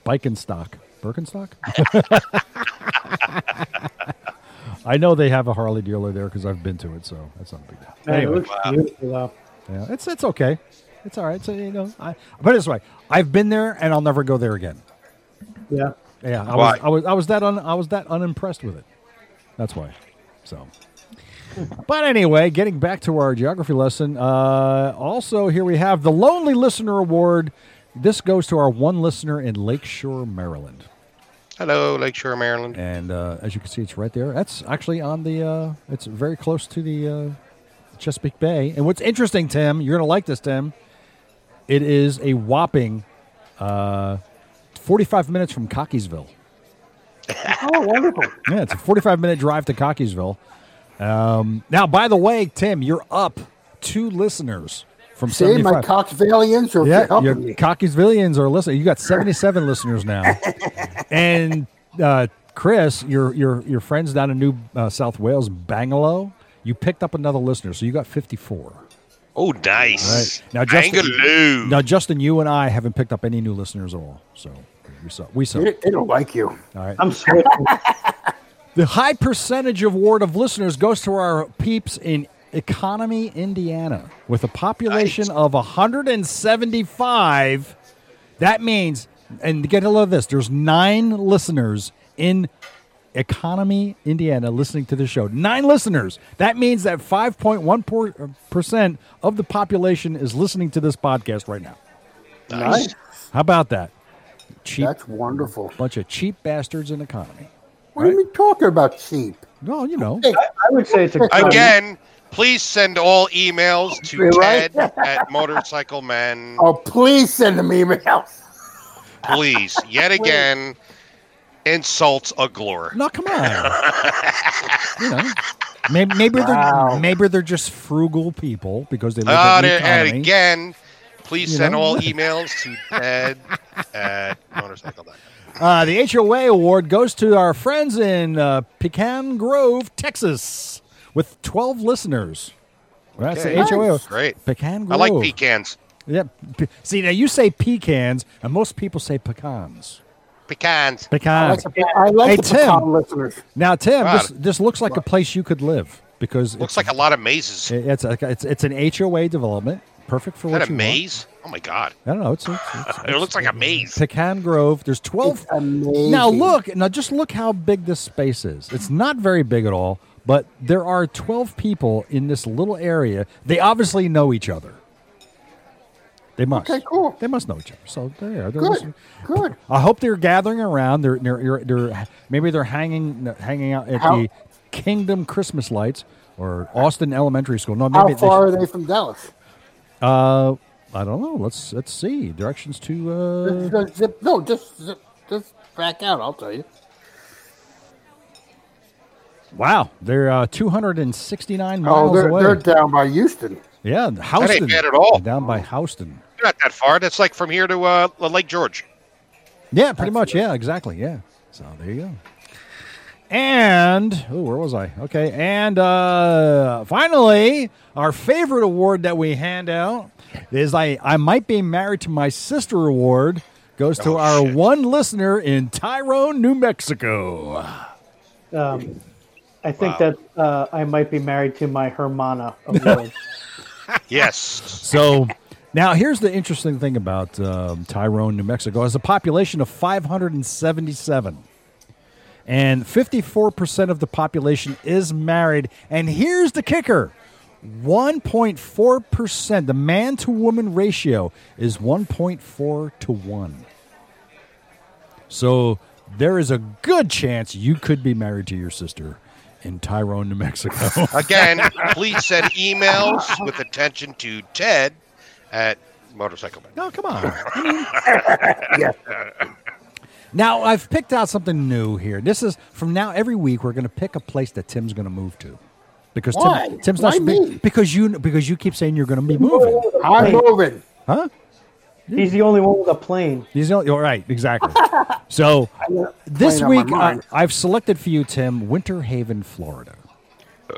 Bikenstock, Birkenstock. I know they have a Harley dealer there because I've been to it, so that's not a big deal.
Man, it
Anyway.
looks beautiful, though.
Yeah, it's it's okay. It's all right. So you know, I put it this way: I've been there, and I'll never go there again.
Yeah.
Yeah, I
Why?
was, I was I was that un, I was that unimpressed with it. That's why. So, but anyway, getting back to our geography lesson. Uh, also, here we have the Lonely Listener Award. This goes to our one listener in Lakeshore, Maryland,
Hello, Lakeshore, Maryland.
and uh, as you can see, it's right there. That's actually on the. Uh, it's very close to the uh, Chesapeake Bay. And what's interesting, Tim, you're going to like this, Tim. It is a whopping uh, 45 minutes from Cockeysville.
Oh, wonderful.
Yeah, it's a 45 minute drive to Cockeysville. Um, now, by the way, Tim, you're up two listeners from
See,
75.
my Coxvalians are
yeah, your
helping me.
Cockeysvillians are listening. You got 77 listeners now. And uh, Chris, your your your friends down in New uh, South Wales, Bangalow, you picked up another listener, so you got 54.
Oh, nice.
Now,
I ain't
Justin-
gonna lose.
Now, Justin, you and I haven't picked up any new listeners at all. So we suck. We suck.
They, they don't like you.
All right.
I'm switching.
The high percentage award of listeners goes to our peeps in Economy, Indiana, with a population of 175. That means, and get a load of this, there's nine listeners in Economy, Indiana listening to the show. Nine listeners. That means that 5.1% of the population is listening to this podcast right now.
Nice.
How about that? Cheap
That's wonderful.
bunch of cheap bastards in economy.
What are we talking about, sheep?
Well, you know.
Hey,
I would say it's a good-
Again, please send all emails to
You're right.
Ted at Motorcycle Man.
oh, please send them emails.
Please, yet again, insults a glore.
No, come on. you know, maybe, maybe they're maybe they're just frugal people because they live
Ah,
in the
there- and
economy.
again, please
You
send
know?
all emails to Ted at Motorcycle Man.
Uh, the HOA award goes to our friends in uh, Pecan Grove, Texas, with twelve listeners. Well, that's the
Okay.
HOA.
Great.
Pecan Grove.
I like pecans.
Yeah. Pe- See, now you say pecans, and most people say pecans.
Pecans.
I
Pecans.
like the, I like
Hey,
the
Tim.
pecan listeners.
Now, Tim,
God.
this, this looks like a place you could live because
Looks
it's,
like a lot of mazes. Is
it- it's, like a- it's it's an HOA development, perfect for what
that a
you
maze? Oh my god.
want. I don't know. It's, it's, it's-
It looks like a maze.
Pecan Grove. There's twelve.
It's amazing.
Now look, now just look how big this space is. It's not very big at all, but there are twelve people in this little area. They obviously know each other. They must.
Okay, cool.
They must know each other. So they are. They're
Good.
listening.
Good.
I hope they're gathering around. They're they're, they're maybe they're hanging hanging out at
How-
the Kingdom Christmas lights or Austin Elementary School. No, maybe
How
they
far are they from Dallas?
Uh, I don't know. Let's let's see directions to. Uh,
Just zip- no, just zip, just back out. I'll tell you.
Wow, they're uh, 269 miles
Oh, they're,
away.
they're down by Houston.
yeah, Houston.
bad at all.
Down by Houston.
You're not that far. That's like from here to uh, Lake George.
Yeah, pretty much. Yeah, exactly. Yeah. So there you go. And oh, where was I? Okay, and uh, finally, our favorite award that we hand out is I I might be married to my sister award goes to
Oh,
our
shit.
one listener in Tyrone, New Mexico.
Um, I think
Wow.
that uh, I might be married to my Hermana award.
Yes.
So now here's the interesting thing about um, Tyrone, New Mexico. It has a population of 577, and 54% of the population is married. And here's the kicker 1.4%, the man to woman ratio is 1.4 to 1. So there is a good chance you could be married to your sister in Tyrone, New Mexico.
Again, please send emails with attention to Ted at Motorcycle Man.
No, come on. I mean- Now I've picked out something new here. This is from now every week we're going to pick a place that Tim's going to move to, because
Why?
Tim, Tim's
Why
not
me?
because you because you keep saying you're going to be moving.
I'm moving.
He's the only one with a plane.
These are, all right, exactly. so this
playing on my
week I,
mind.
I've selected for you, Tim, Winter Haven, Florida.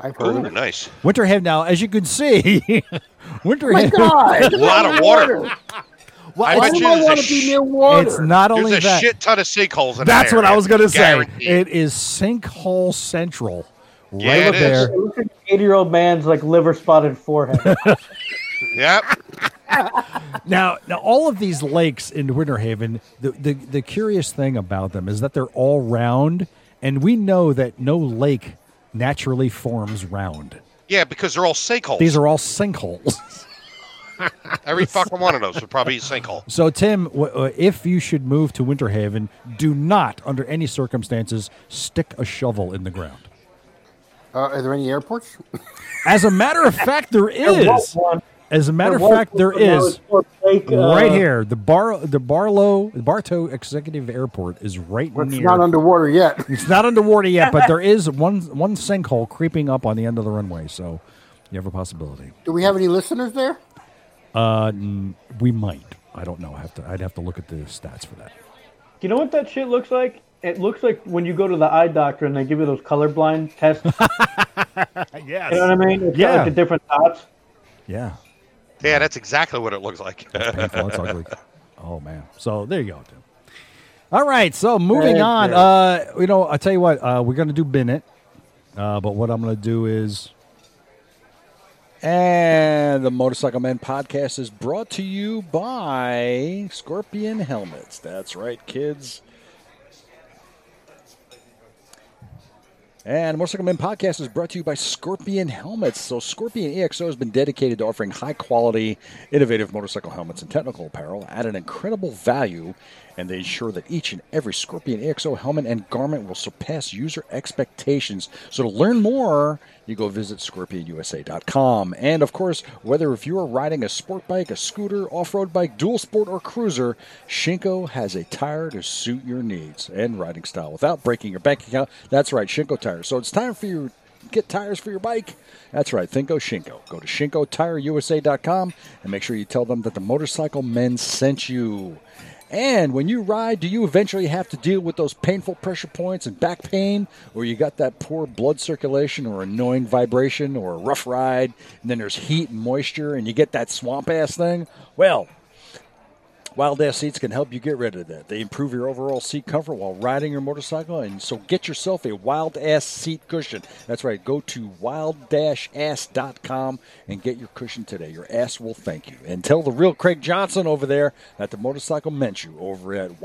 I've heard
Ooh,
of it.
nice.
Winter Haven. Now, as you can see, Winter
Oh My
Haven.
God,
A lot of water.
Well,
I
Why
it's,
bet
do
you
I
there's
want
a
to be
sh-
near water?
it's not
There's
only
a
that.
shit ton of sinkholes in
That's
that
what I
area.
was gonna say.
Guaranteed.
It is sinkhole central, right
Yeah, it
up
is.
there.
Look at Eighty-year-old man's like liver spotted forehead.
Yep.
Now, now, all of these lakes in Winter Haven. The, the the curious thing about them is that they're all round, and we know that no lake naturally forms round.
Yeah, because they're all sinkholes.
These are all sinkholes.
Every fucking one of those would probably be a sinkhole.
So, Tim, w- uh, if you should move to Winter Haven, do not, under any circumstances, stick a shovel in the ground.
Uh, are there any airports?
As a matter of fact, there
There was
is.
one-
As a matter
there
of
was
fact,
one
there
when I
is.
was Fort Blake, uh,
right here. The Bar the Barlow Bartow Executive Airport is right
It's
near.
not underwater yet.
it's not underwater yet, but there is one one sinkhole creeping up on the end of the runway. So you have a possibility.
Do we have any listeners there?
Uh, n- we might. I don't know. I have to. I'd have to look at the stats for that.
You know what that shit looks like? It looks like when you go to the eye doctor and they give you those colorblind tests. You
Yes.
know what I mean? It's got,
Yeah.
like the different dots.
Yeah.
Yeah, that's exactly what it looks like.
painful. It's ugly. Oh man. So there you go, Tim. All right. So moving
Thank
on.
you.
Uh, you know, I tell you what. Uh, we're gonna do Bennett. Uh, but what I'm gonna do is
And the Motorcycle Man podcast is brought to you by Scorpion Helmets. That's right, kids. And Motorcycle Man podcast is brought to you by Scorpion Helmets. So, Scorpion EXO has been dedicated to offering high quality, innovative motorcycle helmets and technical apparel at an incredible value. And they ensure that each and every Scorpion EXO helmet and garment will surpass user expectations. So, to learn more, you go visit scorpionusa.com. And of course, whether if you are riding a sport bike, a scooter, off road bike, dual sport, or cruiser, Shinko has a tire to suit your needs and riding style without breaking your bank account. That's right, Shinko tires. So it's time for you to get tires for your bike. That's right, Thinko Shinko. Go to shinkotires.usa.com and make sure you tell them that the motorcycle men sent you. And when you ride, do you eventually have to deal with those painful pressure points and back pain, or you got that poor blood circulation, or annoying vibration, or a rough ride, and then there's heat and moisture, and you get that swamp ass thing? Well, Wild Ass Seats can help you get rid of that. They improve your overall seat comfort while riding your motorcycle, and so get yourself a Wild Ass seat cushion. That's right. Go to wild-ass.com and get your cushion today. Your ass will thank you. And tell the real Craig Johnson over there that the motorcycle meant you over at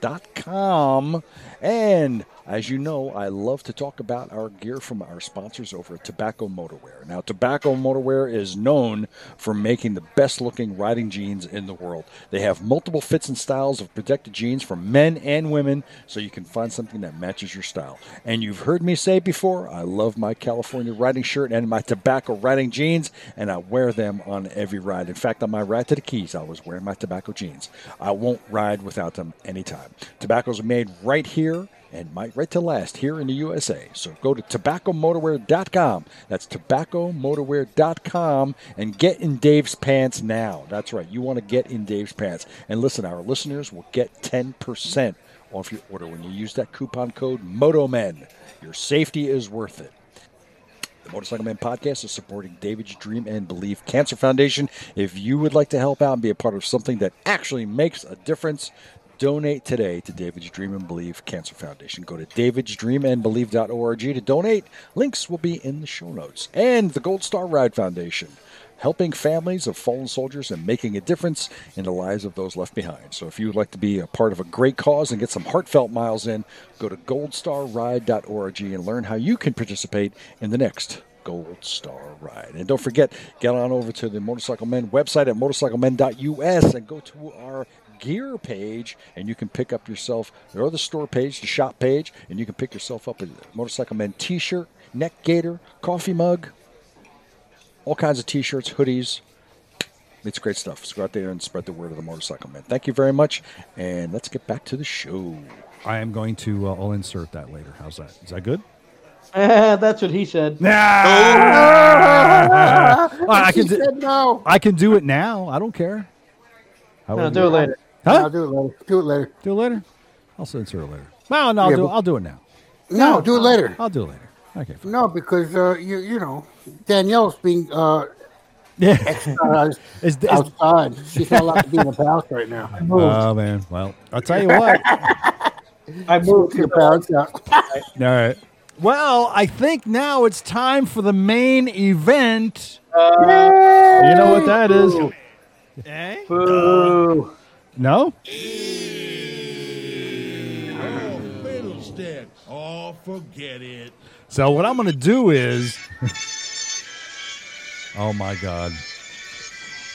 wild-ass.com. And as you know, I love to talk about our gear from our sponsors over at Tobacco Motorwear. Now, Tobacco Motorwear is known for making the best looking riding jeans in the world. They have multiple fits and styles of protected jeans for men and women, so you can find something that matches your style. And you've heard me say before, I love my California riding shirt and my tobacco riding jeans, and I wear them on every ride. In fact, on my ride to the Keys, I was wearing my tobacco jeans. I won't ride without them anytime. Tobacco's made right here and might right to last here in the USA. So go to tobaccomotorwear.com. That's tobaccomotorwear.com and get in Dave's pants now. That's right. You want to get in Dave's pants. And listen, our listeners will get 10% off your order when you use that coupon code MOTOMEN. Your safety is worth it. The Motorcycle Man podcast is supporting David's Dream and Believe Cancer Foundation. If you would like to help out and be a part of something that actually makes a difference, donate today to David's Dream and Believe Cancer Foundation. Go to davidsdreamandbelieve.org to donate. Links will be in the show notes. And the Gold Star Ride Foundation, helping families of fallen soldiers and making a difference in the lives of those left behind. So if you would like to be a part of a great cause and get some heartfelt miles in, go to goldstarride.org and learn how you can participate in the next Gold Star Ride. And don't forget, get on over to the Motorcycle Men website at motorcyclemen.us and go to our gear page and you can pick up yourself or the store page, the shop page, and you can pick yourself up a Motorcycle Men t shirt, neck gaiter, coffee mug, all kinds of t shirts, hoodies. It's great stuff. So go out there and spread the word of the Motorcycle Men. Thank you very much. And let's get back to the show.
I am going to uh, I'll insert that later. How's that? Is that good?
Eh, that's what he said.
Uh,
All right, I
Uh, She
can do,
said no.
I can do it now. I don't care. I
No,
will
do it later.
Huh?
I'll do it later. Do it later.
Do it later. I'll censor it later. Well, no, I'll
Yeah,
do.
but-
I'll do it now.
No, do it
uh,
later.
I'll do it later. Okay. fine.
No, because uh, you you know Danielle's being uh,
Yeah.
uh,
Is- is-
outside. She's not allowed to be in the house right now.
oh man. Well, I'll tell you what. All
I moved.
Put your parents out.
right. Well, I think now it's time for the main event. you know what that is?
Eh?
Boo.
No.
Oh, fiddlesticks. Oh, forget it.
So what I'm going to do is. oh my God.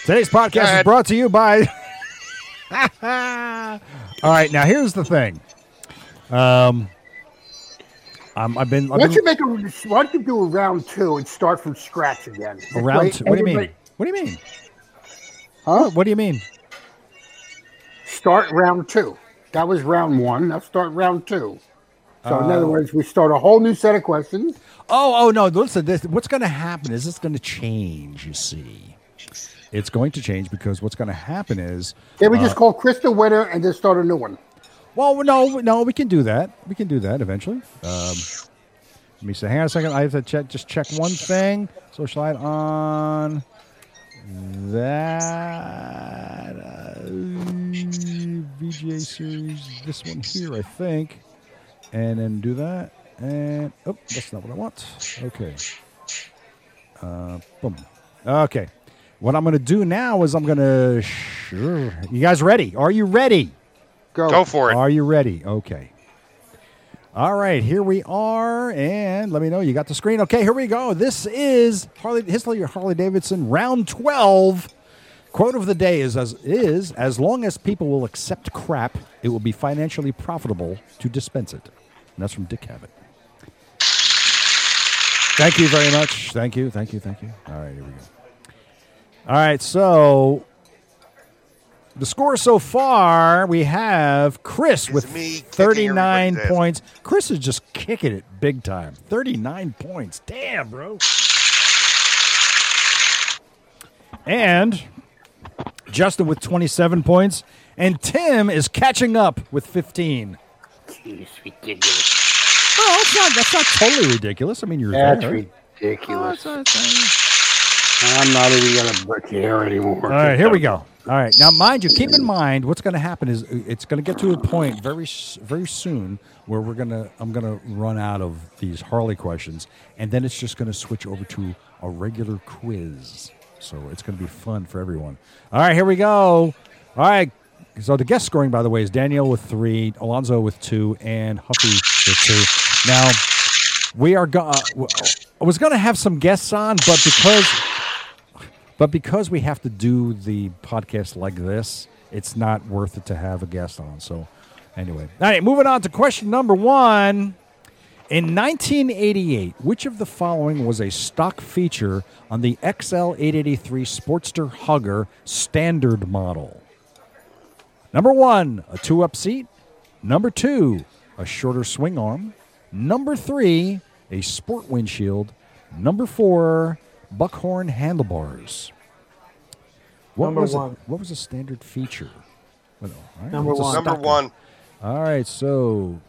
Today's
Go
podcast is
ahead.
brought to you by. All right, now here's the thing. Um, I'm, I've been. I've
Why don't
been
you make a? Why don't you do a round two and start from scratch again? This way
around two. What do you mean?
everybody-
What do you mean?
Huh?
What do you mean?
Start round two. That was round one. Now start round two. So in other words, we start a whole new set of questions.
Oh, oh no! Listen, this, what's going to happen is it's going to change. You see, it's going to change because what's going to happen is
Then we just
Oh.
call Chris the winner and then start a new one.
Well, no, no, we can do that. We can do that eventually. Um, let me say, hang on a second. I have to check, just check one thing. Social light on. that uh, VGA series, this one here, I think, and then do that. And oh, that's not what I want. Okay. Uh, boom. Okay. What I'm going to do now is I'm going to. Sure. You guys ready? Are you ready?
Go for it.
Are you ready? Okay. All right, here we are, and let me know you got the screen. Okay, here we go. This is Harley History of Harley Davidson, round twelve. Quote of the day is as is as long as people will accept crap, it will be financially profitable to dispense it. And that's from Dick Cavett. Thank you very much. Thank you. Thank you. Thank you. All right, here we go. All right, so the score so far we have Chris with
me kicking
39
everybody's ass.
points. Chris is just kicking it big time. 39 points. Damn, bro. And Justin with 27 points. And Tim is catching up with 15.
Jeez, ridiculous.
Oh, that's not, that's not totally ridiculous. I mean, you're
That's
there.
ridiculous. I'm not even gonna break your hair anymore.
All right, here we go. All right, now mind you, keep in mind what's going to happen is uh, it's going to get to a point very, s- very soon where we're gonna, I'm gonna run out of these Harley questions, and then it's just going to switch over to a regular quiz. So it's going to be fun for everyone. All right, here we go. All right, so the guest scoring, by the way, is Daniel with three, Alonzo with two, and Huffy with two. Now we are going. I was going to have some guests on, but because but because we have to do the podcast like this, it's not worth it to have a guest on. So, anyway. All right, moving on to question number one. In 1988, which of the following was a stock feature on the XL883 Sportster Hugger standard model? Number one, a two up seat. Number two, a shorter swing arm. Number three, a sport windshield. Number four, buckhorn handlebars. What
Number
was a-
one.
what was a standard feature? Well, all right,
Number
what's a
one.
Number
stock-
one.
All right, so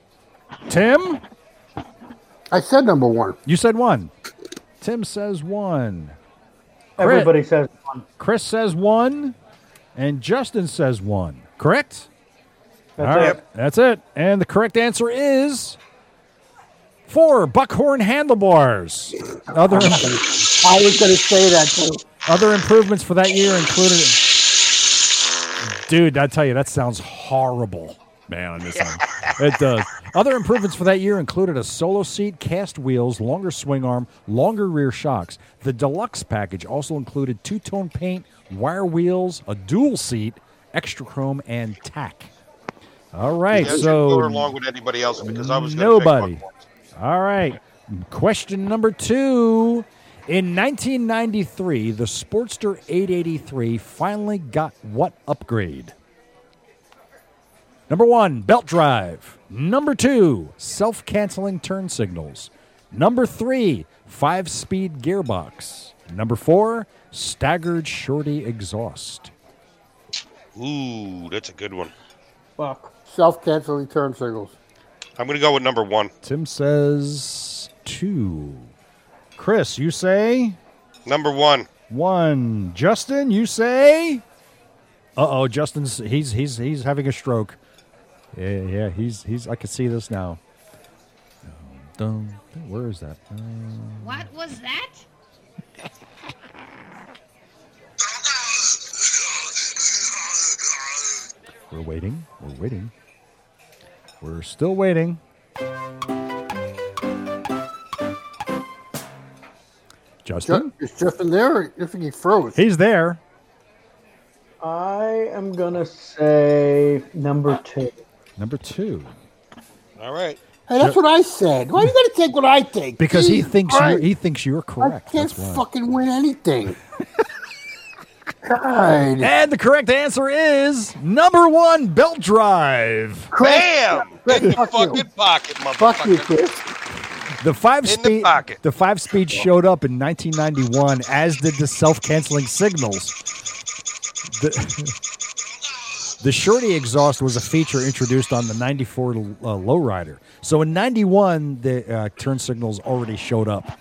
Tim,
I said number one.
you said one. Tim says one.
Everybody says one.
Chris says one, and Justin says one. Correct?
That's
All
it.
right, That's it. And the correct answer is four buckhorn handlebars. Other
I was gonna say that too.
other improvements for that year included. Dude, I tell you, that sounds horrible, man. On this one, it does. Other improvements for that year included a solo seat, cast wheels, longer swing arm, longer rear shocks. The deluxe package also included two-tone paint, wire wheels, a dual seat, extra chrome, and tack. All right,
Yes,
so
go along with anybody else because I was gonna
Nobody.
Pick Buckhorns.
all right. Question number two. In 1993, the Sportster 883 finally got what upgrade? Number one, belt drive. Number two, self canceling turn signals. Number three, five speed gearbox. Number four, staggered shorty exhaust.
Ooh, that's a good one.
Fuck.
Self-canceling turn signals.
I'm gonna go with number one.
Tim says two. Chris, you say?
Number one.
One. Justin, you say? Uh oh, Justin's he's he's he's having a stroke. Yeah, yeah, he's he's I can see this now. Dum, dum. Where is that? Uh,
What was that?
we're waiting. We're waiting. We're still waiting.
Ju-
Justin?
Is Justin there? Or I think he froze.
He's there.
I am gonna say number two.
Number two.
All right.
Hey, that's what I said. Why you gotta take what I think?
Because he
Jesus
thinks
Christ.
you're, he thinks you're
I
correct.
can't
That's why.
fucking win anything. God,
And the correct answer is number one belt drive.
Bam!
Chris,
In the
fuck you.
fucking pocket, motherfucker.
fuck you, Chris.
The five
the
speed
pocket.
five speed showed up in 1991, as did the self canceling signals. The, the shorty exhaust was a feature introduced on the 94 uh, lowrider. So in 91, the uh, turn signals already showed up.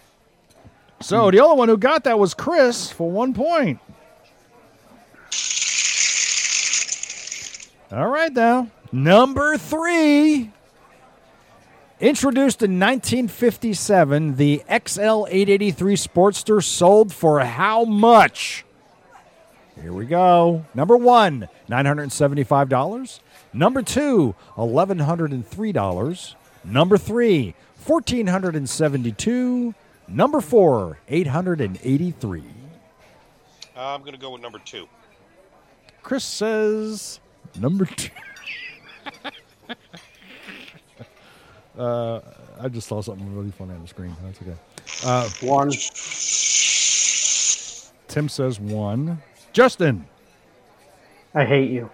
So the only one who got that was Chris for one point. All right, now. Number three. Introduced in 1957, the XL883 Sportster sold for how much? Here we go. Number one, $975. Number two, $1,103. Number three, $1,472. Number four, 883
Uh, I'm going to go with number two.
Chris says number two. uh, I just saw something really funny on the screen. That's okay. Uh,
One.
Tim says one. Justin.
I hate you.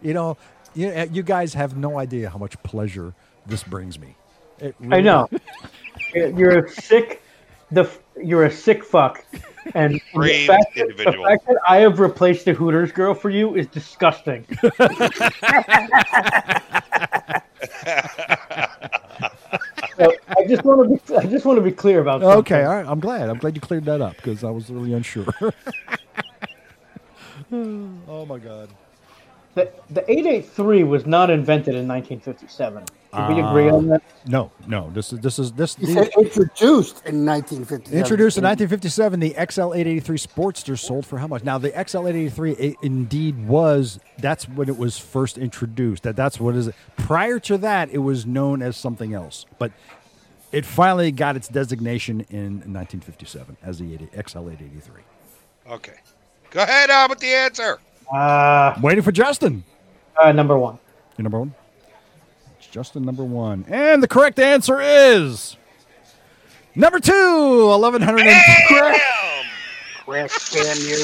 You know, you, uh, you guys have no idea how much pleasure this brings me. It
I
really-
know. You're you're a sick, the f- you're a sick fuck, and the
Brave
fact, that, the
individual.
fact that I have replaced the Hooters girl for you is disgusting. So, I just want to be I just want to be clear about something.
Okay, all right. I'm glad. I'm glad you cleared that up because I was really unsure. oh my god.
The, the 883 was not invented in 1957. Did we agree on that?
No, no. This is this is this.
He said introduced in 1950.
Introduced in 1957, the XL883 Sportster sold for how much? Now, the XL883 i- indeed was, that's when it was first introduced. That That's what is it. Prior to that, it was known as something else. But it finally got its designation in 1957 as the 80 XL883.
Okay. Go ahead on with the answer.
Uh,
I'm waiting for Justin.
uh, number one.
Your number one? It's Justin number one. And the correct answer is number two, 1103.
Crash, damn you.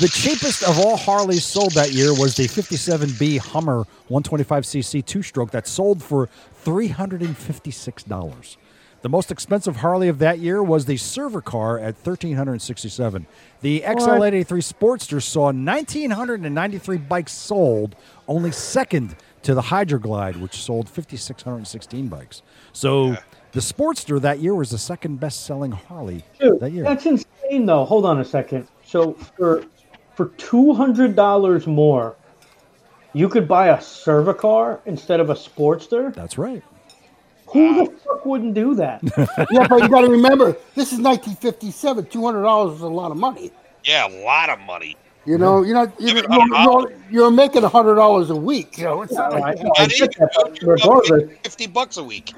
The cheapest of all Harleys sold that year was the 57B Hummer 125cc two stroke that sold for $356. The most expensive Harley of that year was the server car at $1,367. The XL83 Sportster saw 1,993 bikes sold, only second to the Hydroglide, which sold 5,616 bikes. So the Sportster that year was the second best selling Harley
Dude,
that year.
that's insane, though. Hold on a second. So for for two hundred dollars more, you could buy a Cervicar instead of a Sportster.
That's right.
Who the fuck wouldn't do that?
yeah, but you got to remember, this is 1957. Two hundred dollars is a lot of money.
Yeah, a lot of money.
You know, you're not you're,
Yeah, but
uh,
you're,
$100.
you're- you're making hundred dollars a week. You know, it's not
I,
like
know, I get that, but regardless,
Fifty bucks a week.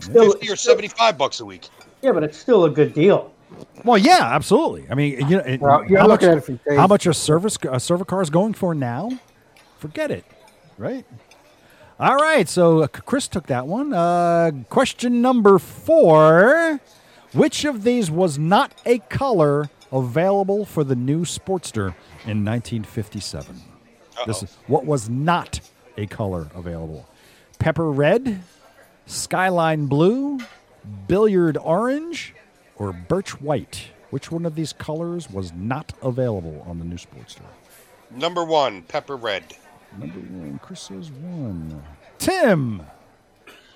still,
Fifty or seventy-five bucks a week.
yeah, but it's still a good deal.
Well, yeah, absolutely. I mean, you know, it-
Well, you're
how, much,
looking at it from days.
how much a service a server car is going for now? Forget it, right? All right, so uh, Chris took that one. Uh, question number four: Which of these was not a color available for the new Sportster in 1957? This is what was not a color available: pepper red, skyline blue, billiard orange, or birch white? Which one of these colors was not available on the new Sportster?
Number one, pepper red.
Number one, Chris says one. Tim.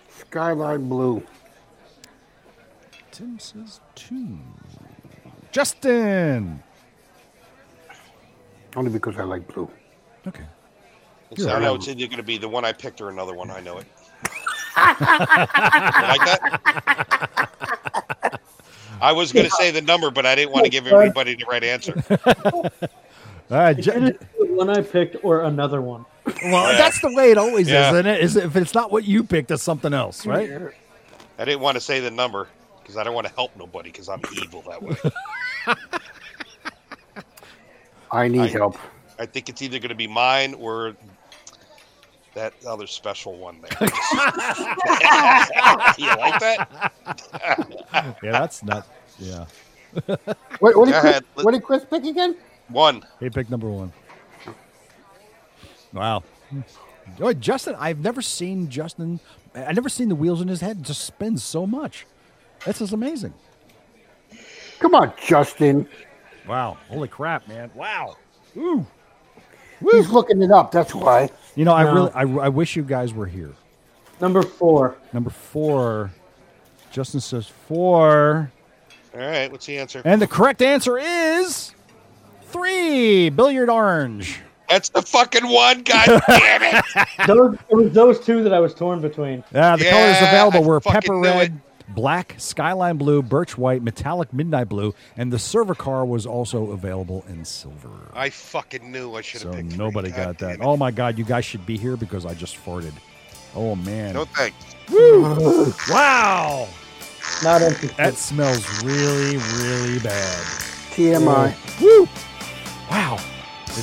skyline blue.
Tim says two. Justin.
Only because I like blue.
Okay.
It's, I know it's either going to be the one I picked or another one. I know it. You like that? I was going to say the number, but I didn't want to give everybody the right answer.
All right,
It
Ju-
didn't do the one I picked or another one.
well, that's the way it always
Yeah.
is, isn't it? Is if it's not what you picked, it's something else, right?
I didn't want to say the number because I don't want to help nobody because I'm evil that way.
I need help.
I think it's either going to be mine or that other special one there. Do you like that?
Yeah, that's not. Yeah,
Wait, what,
Go
did Chris,
ahead.
what did Chris pick again?
One.
he picked number one. Wow. Oh, Justin, I've never seen Justin. I- I've never seen the wheels in his head just spin so much. That's just amazing.
Come on, Justin.
Wow. Holy crap, man. Wow.
He's looking it up. That's why.
You know, I
No.
really, I, I wish you guys were here.
Number four.
Number four, Justin says four.
All right, what's the answer?
And the correct answer is three billiard orange.
That's the fucking one. God damn it!
Those it was those two that I was torn between.
Uh, the colors
Yeah,
available
I
were
fucking
pepper
knew
red, black, skyline blue, birch white, metallic midnight blue, and the Cervicar was also available in silver.
I fucking knew I should
So
have picked. three.
nobody
God
got that.
damn it.
Oh my god, you guys should be here because I just farted. Oh man.
No thanks.
Wow.
Not empty.
That smells really, really bad.
TMI.
Woo! Wow.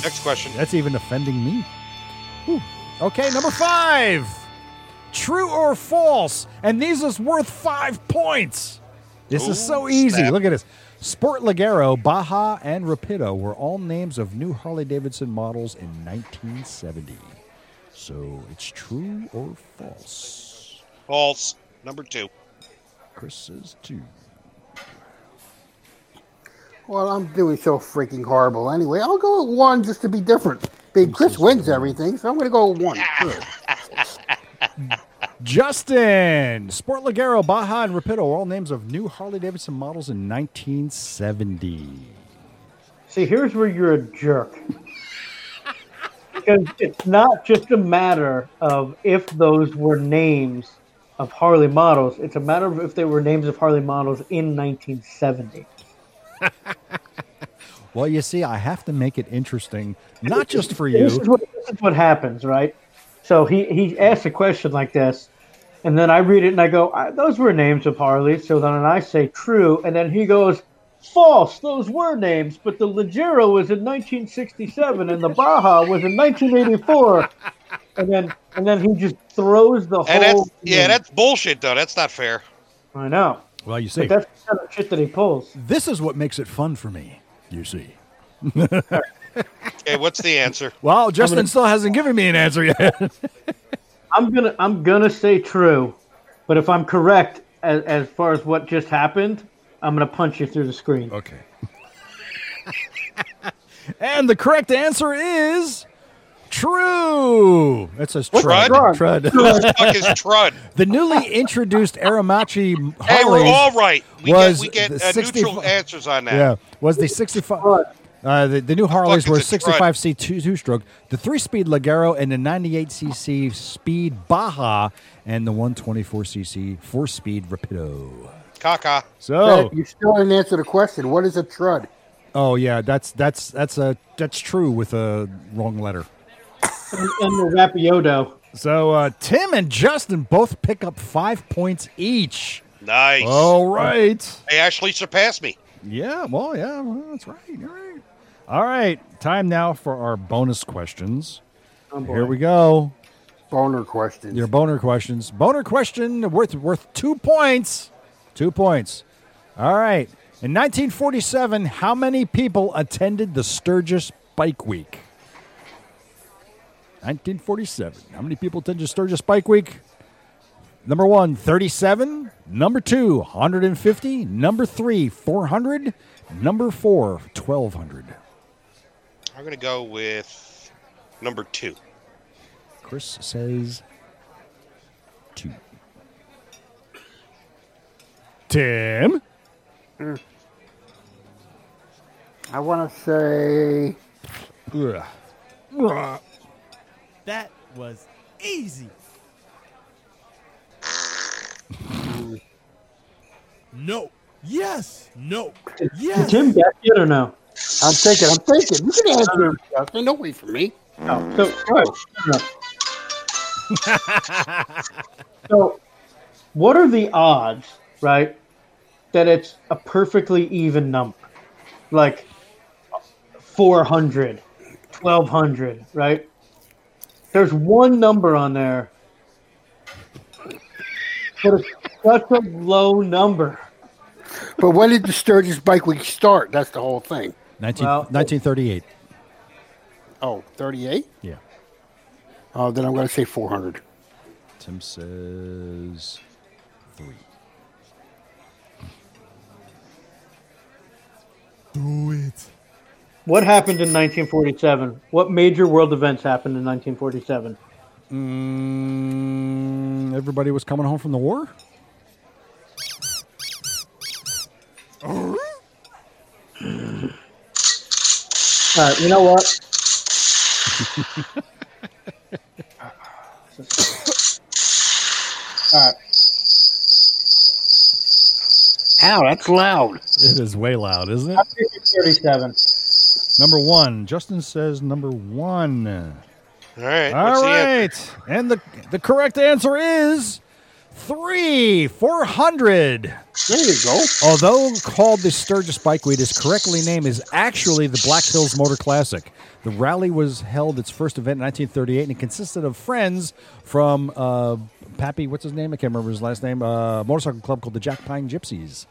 Next question.
That's even offending me. Whew. Okay, number five. True or false? And these is worth five points. This is
Ooh,
so easy.
snap.
Look at this. Sport Ligero, Baja, and Rapido were all names of new Harley Davidson models in 1970. So it's true or false?
False. Number two.
Chris says two.
Well, I'm doing so freaking horrible anyway. I'll go with one just to be different. Big Chris wins everything, so I'm going to go with one. Sure.
Justin, Sport Ligero, Baja, and Rapido are all names of new Harley Davidson models in 1970.
See, here's where you're a jerk. because it's not just a matter of if those were names of Harley models, it's a matter of if they were names of Harley models in 1970.
Well, you see, I have to make it interesting, not just for
This is
you.
what, this is what happens, right? So he, he asks a question like this, and then I read it and I go, "I- Those were names of Harley. So then I say true, and then he goes, False, those were names, but the Legero was in 1967 and the Baja was in 1984. And then and then he just throws the
And
whole.
Oh,
that's yeah,
thing.
that's bullshit though. That's not fair.
I know.
Well, you see,
But that's the kind of shit that he pulls.
this is what makes it fun for me. You see.
Okay, what's the answer?
Well, Justin still hasn't given me an answer yet.
I'm gonna I'm gonna say true, but if I'm correct as, as far as what just happened, I'm gonna punch you through the screen.
okay. and the correct answer is true. That says
Trud?
Trud.
Who the fuck is Trud?
the newly introduced Aramachi Harley.
Hey, we're all right. We
was
get we get
the
uh,
60
neutral answers on that.
Yeah, was the 65. Uh, the, the new Harleys
fuck
were
is a
65C two, two stroke, the three speed Ligero, and the 98cc speed Baja, and the 124cc four speed Rapido.
Caca.
So,
But you still didn't answer the question. What is a trud?
oh yeah, that's that's that's a that's true with a wrong letter.
And, and the Rapiodo.
So uh, Tim and Justin both pick up five points each.
Nice.
All right.
They actually surpassed me.
Yeah, well, yeah, well, that's right. All right. All right. Time now for our bonus questions. Here we go.
Boner question.
Your boner questions. Boner question worth worth two points. Two points. All right. In 1947, how many people attended the Sturgis Bike Week? 1947. How many people attended Sturgis Bike Week? Number one, 37. Number two, 150. Number three, 400. Number four, 1,200.
I'm gonna go with number two.
Chris says two. Tim?
I want to say
That was easy.
No. Yes. No.
Did Tim guess it or no?
I'm thinking. I'm thinking. You can answer, Justin. Don't wait for me.
No. So, oh, all right, fair enough. so, what are the odds, right, that it's a perfectly even number? Like 400, 1200, right? There's one number on there, but it's such a low number.
But when did the Sturgis Bike Week start? That's the whole thing.
19,
Well-
1938.
Oh, 38?
Yeah.
Oh, then I'm going to say 400.
Tim says three.
Do it.
What happened in 1947? What major world events happened in 1947?
Mm, everybody was coming home from the war?
All right, you know what? All right.
Ow, that's loud.
It is way loud, isn't it?
I'm picking 37.
Number one. Justin says number one.
All right. what's
All
the answer?
right. And the the correct answer is three, four hundred.
There you go.
Although called the Sturgis Bikeweed, its correctly name is actually the Black Hills Motor Classic. The rally was held its first event in 1938 and it consisted of friends from uh, Pappy, what's his name? I can't remember his last name. Uh, motorcycle club called the Jack Pine Gypsies.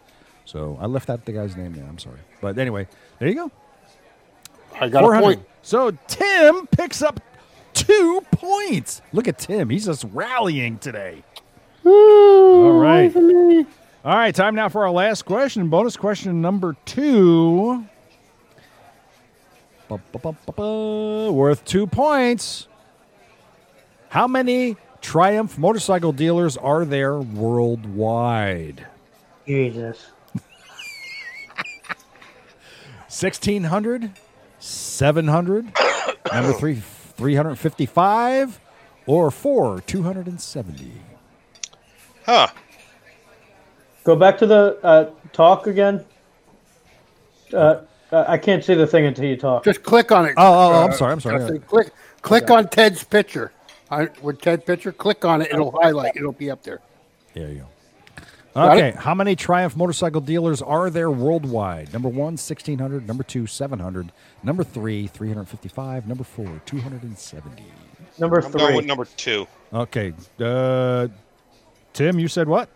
So I left out the guy's name there. I'm sorry, but anyway, there you go.
I got a point.
So Tim picks up two points. Look at Tim. He's just rallying today. All right. All right. Time now for our last question. Bonus question number two. Ba, ba, ba, ba, ba. worth two points. How many Triumph motorcycle dealers are there worldwide?
Jesus.
1600 700 number 3 355 or 4 270
Huh.
Go back to the uh, talk again. Uh, I I can't see the thing until you talk.
Just click on it.
Oh, oh, oh, I'm sorry, I'm sorry.
Justin, click click on Ted's picture. I, with Ted's picture, click on it.
Oh.
It'll highlight. It'll be up there.
there you go
Got
okay how many triumph motorcycle dealers are there worldwide number 1 1600 number 2 700 number 3 355 number 4 270
Number
I'm going with
three.
number two.
okay uh tim you said what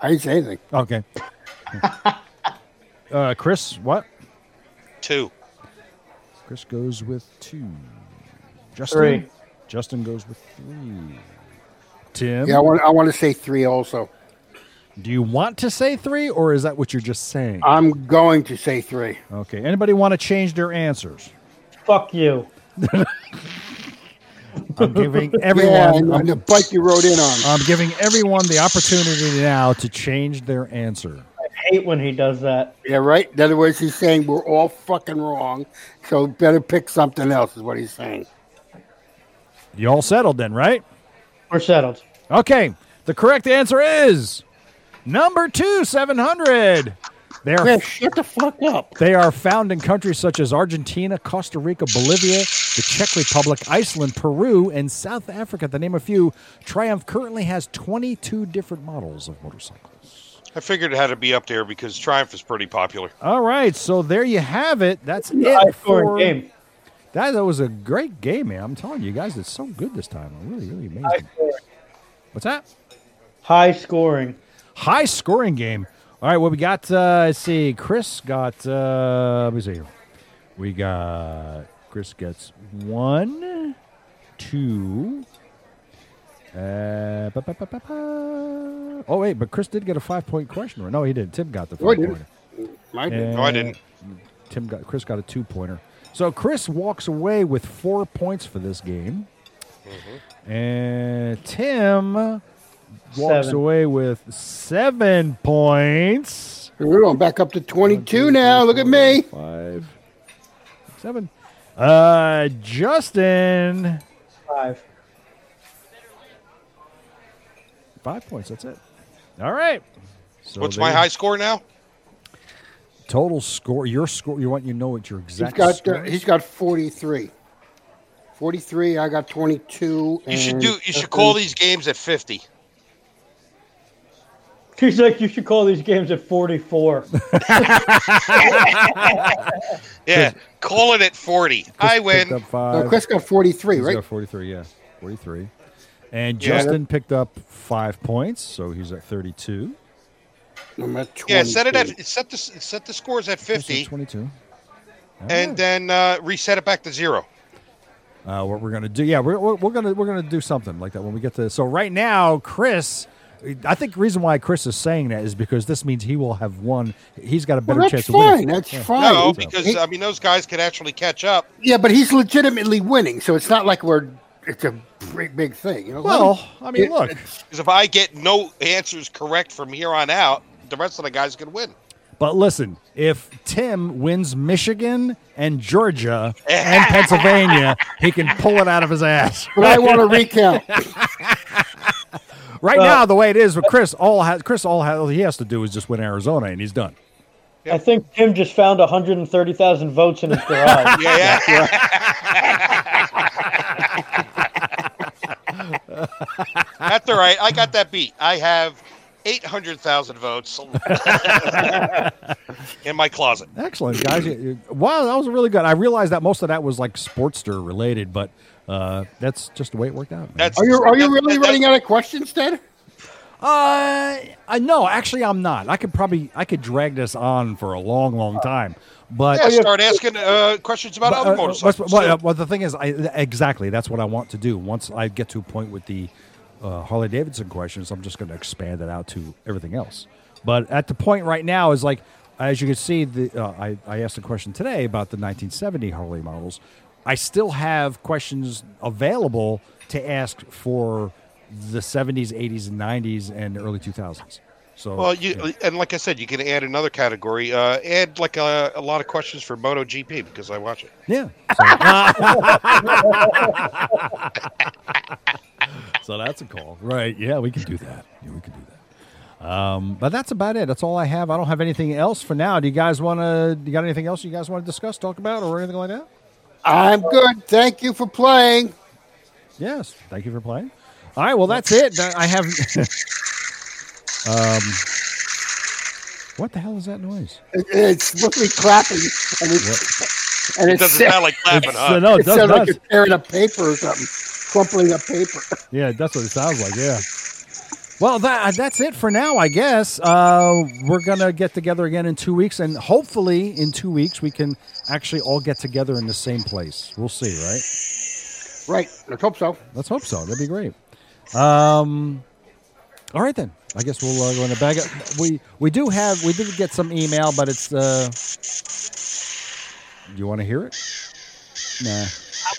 I didn't say anything.
okay uh chris what
Two.
Chris goes with two. Justin,
Three.
Justin goes with three. Tim,
Yeah, I want I want to say three also.
do you want to say three, or is that what you're just saying?
I'm going to say three.
okay. Anybody want to change their answers?
Fuck you.
I'm giving
yeah,
everyone.
and, and
I'm,
the bike you rode in on.
I'm giving everyone the opportunity now to change their answer.
I hate when he does that.
yeah, right. In other words, he's saying we're all fucking wrong, so better pick something else. Is what he's saying.
You all settled then, right?
We're settled.
Okay. The correct answer is number two, seven hundred. They're
Chris, shut the fuck up.
They are found in countries such as Argentina, Costa Rica, Bolivia, the Czech Republic, Iceland, Peru, and South Africa, to name a few. Triumph currently has 22 different models of motorcycles.
I figured it had to be up there because Triumph is pretty popular.
All right, so there you have it. That's
High
it for
scoring game.
That, that was a great game, man. I'm telling you guys, it's so good this time. I'm really, really
High
amazing.
scoring.
What's that?
High scoring.
High scoring game. All right, well, we got, uh, let's see, Chris got, uh, let me see here. We got, Chris gets one, two, uh, ba, ba, ba, ba, ba. oh, wait, but Chris did get a five point question. right? No, he didn't. Tim got the
No, I
five
didn't.
pointer.
I did.
No, I didn't.
Tim got, Chris got a two pointer. So Chris walks away with four points for this game. And Tim walks
Seven.
away with seven points.
We're going back up to 22 now. Look at me.
Five, six, seven. Uh, Justin,
Five.
five points. That's it. All right. So
What's
there
my
you-
high score now?
total score? Your score. You want you to know what your
He's
exact
got
score
uh,
is?
he's got 43. 43. I got 22.
You should
and
do. You should call these games at fifty.
He's like, you should call these games at 44.
Yeah, call it at forty. I
Chris picked
win.
up
No,
five.
Chris got 43,
He's
right?
got forty-three. Yeah, forty-three. And
Yeah.
Justin picked up five points, so he's at thirty-two.
I'm at 22.
Yeah, set it at set the set the scores at
Chris is
fifty,
Twenty-two. All
and
right.
then uh, reset it back to zero.
uh, what we're gonna do. Yeah, we're, we're, we're gonna we're gonna do something like that when we get to. So right now, Chris, I think the reason why Chris is saying that is because this means he will have won. He's got a
Well,
better
that's
chance of
fine.
winning.
That's
Yeah.
fine.
No,
He-
because uh,
he-
I mean those guys could actually catch up.
yeah, but he's legitimately winning, so it's not like we're it's a big, big thing. You know?
Well, I mean,
It-
look,
it's-
Because if I get no answers correct from here on out, the rest of the guys could win.
But listen, if Tim wins Michigan and Georgia and Pennsylvania, he can pull it out of his ass.
But I want to recount.
Right now, the way it is with Chris, all has, Chris, all, has, all he has to do is just win Arizona, and he's done.
I think Tim just found 130,000 votes in his garage.
Yeah, yeah. That's all right. I got that beat. I have 800,000 votes in my closet.
Excellent, guys. You- you- wow, that was really good. I realized that most of that was like Sportster related, but uh, that's just the way it worked out. man.
That's
Are you are you
that-
really
that-
running out of questions, Ted?
Uh, I no, actually, I'm not. I could probably I could drag this on for a long, long time, but.
Yeah, start asking uh, questions about
But,
other
uh,
motorcycles.
but- but,
too.
uh, well, the thing is, I, exactly that's what I want to do. Once I get to a point with the uh, Harley Davidson questions, I'm just going to expand it out to everything else. But at the point right now is like, as you can see, the uh, I, I asked a question today about the 1970 Harley models. I still have questions available to ask for the 70s, 80s, and 90s, and early 2000s. So,
Well, you
yeah.
and like I said, you can add another category. Uh, add like a, a lot of questions for MotoGP because I watch it.
Yeah. So, So that's a call. Right. Yeah, we can do that. Yeah, we can do that. Um, but that's about it. That's all I have. I don't have anything else for now. Do you guys want to, you got anything else you guys want to discuss, talk about, or anything like that?
I'm good. Thank you for playing.
Yes. Thank you for playing. All right. Well, that's it. That- I have. um, what the hell is that noise?
It- It's literally clapping, and it's and
It
it's
doesn't sound like clapping,
It's-
huh?
no, it Oh,
it
does,
sounds like
does.
you're tearing up paper or something, crumpling up paper.
Yeah, that's what it sounds like. Yeah. Well, that uh, that's it for now, I guess. Uh, we're gonna get together again in two weeks, and hopefully, in two weeks, we can actually all get together in the same place. We'll see, right?
Right. Let's hope so. Oh,
Let's hope so. That'd be great. Um, all right then. I guess we'll uh, go in the bag. We we do have we did get some email, but it's. Uh, you want to hear it? Nah.
I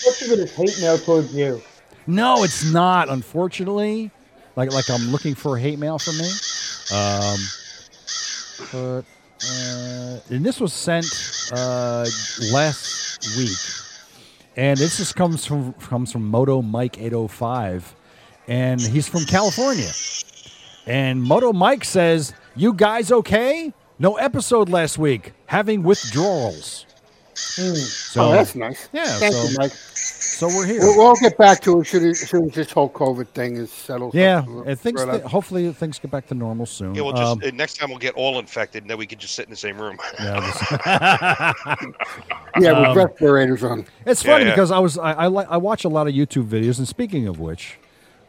wish it was hate mail towards you.
No, it's not. Unfortunately, like like I'm looking for hate mail from me. Um, but uh, and this was sent uh, last week, and this just comes from comes from Moto Mike 805, and he's from California. And Moto Mike says, "You guys okay? No episode last week. Having withdrawals." So
oh, that's nice.
yeah,
Thank
so,
you, Mike.
so we're here.
We'll, we'll get back to it should it- as soon as this whole COVID thing is settled.
Yeah,
We'll-
I think
we'll-
that hopefully things get back to normal soon.
Yeah, we'll just
Um,
uh, next time we'll get all infected, and then we can just sit in the same room.
yeah, this-
yeah, with
um,
respirators on.
it's funny
yeah.
because I was I, I li- I watch a lot of YouTube videos, and speaking of which,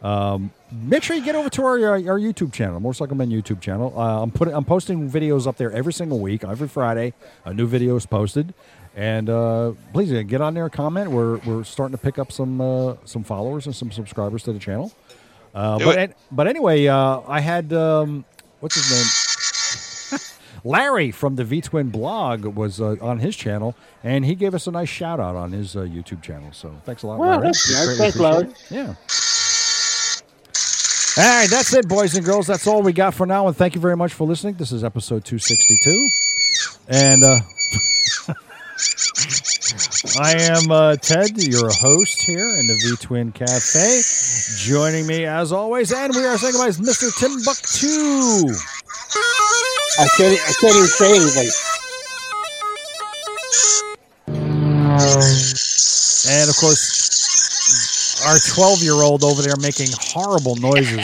um, make sure you get over to our our, our YouTube channel, Motorcycle Men YouTube channel. Uh, I'm putting I'm posting videos up there every single week, every Friday. A new video is posted, and uh, please uh, get on there, and comment. We're we're starting to pick up some uh, some followers and some subscribers to the channel. Uh,
Do
but
it.
an- but anyway, uh, I had um, what's his name. Larry from the V Twin blog was uh, on his channel, and he gave us a nice shout out on his uh, YouTube channel. So thanks a lot,
Well,
Larry.
that's nice.
Greatly
Thanks, Larry.
Oh, appreciate it. Yeah. All right, that's it, boys and girls. That's all we got for now, and thank you very much for listening. This is episode 262, and uh, I am uh, Ted, your host here in the V Twin Cafe. Joining me, as always, and we are saying goodbye, is Mr. Timbuktu.
I can't, I can't even say anything.
And of course, our 12 year old over there making horrible noises.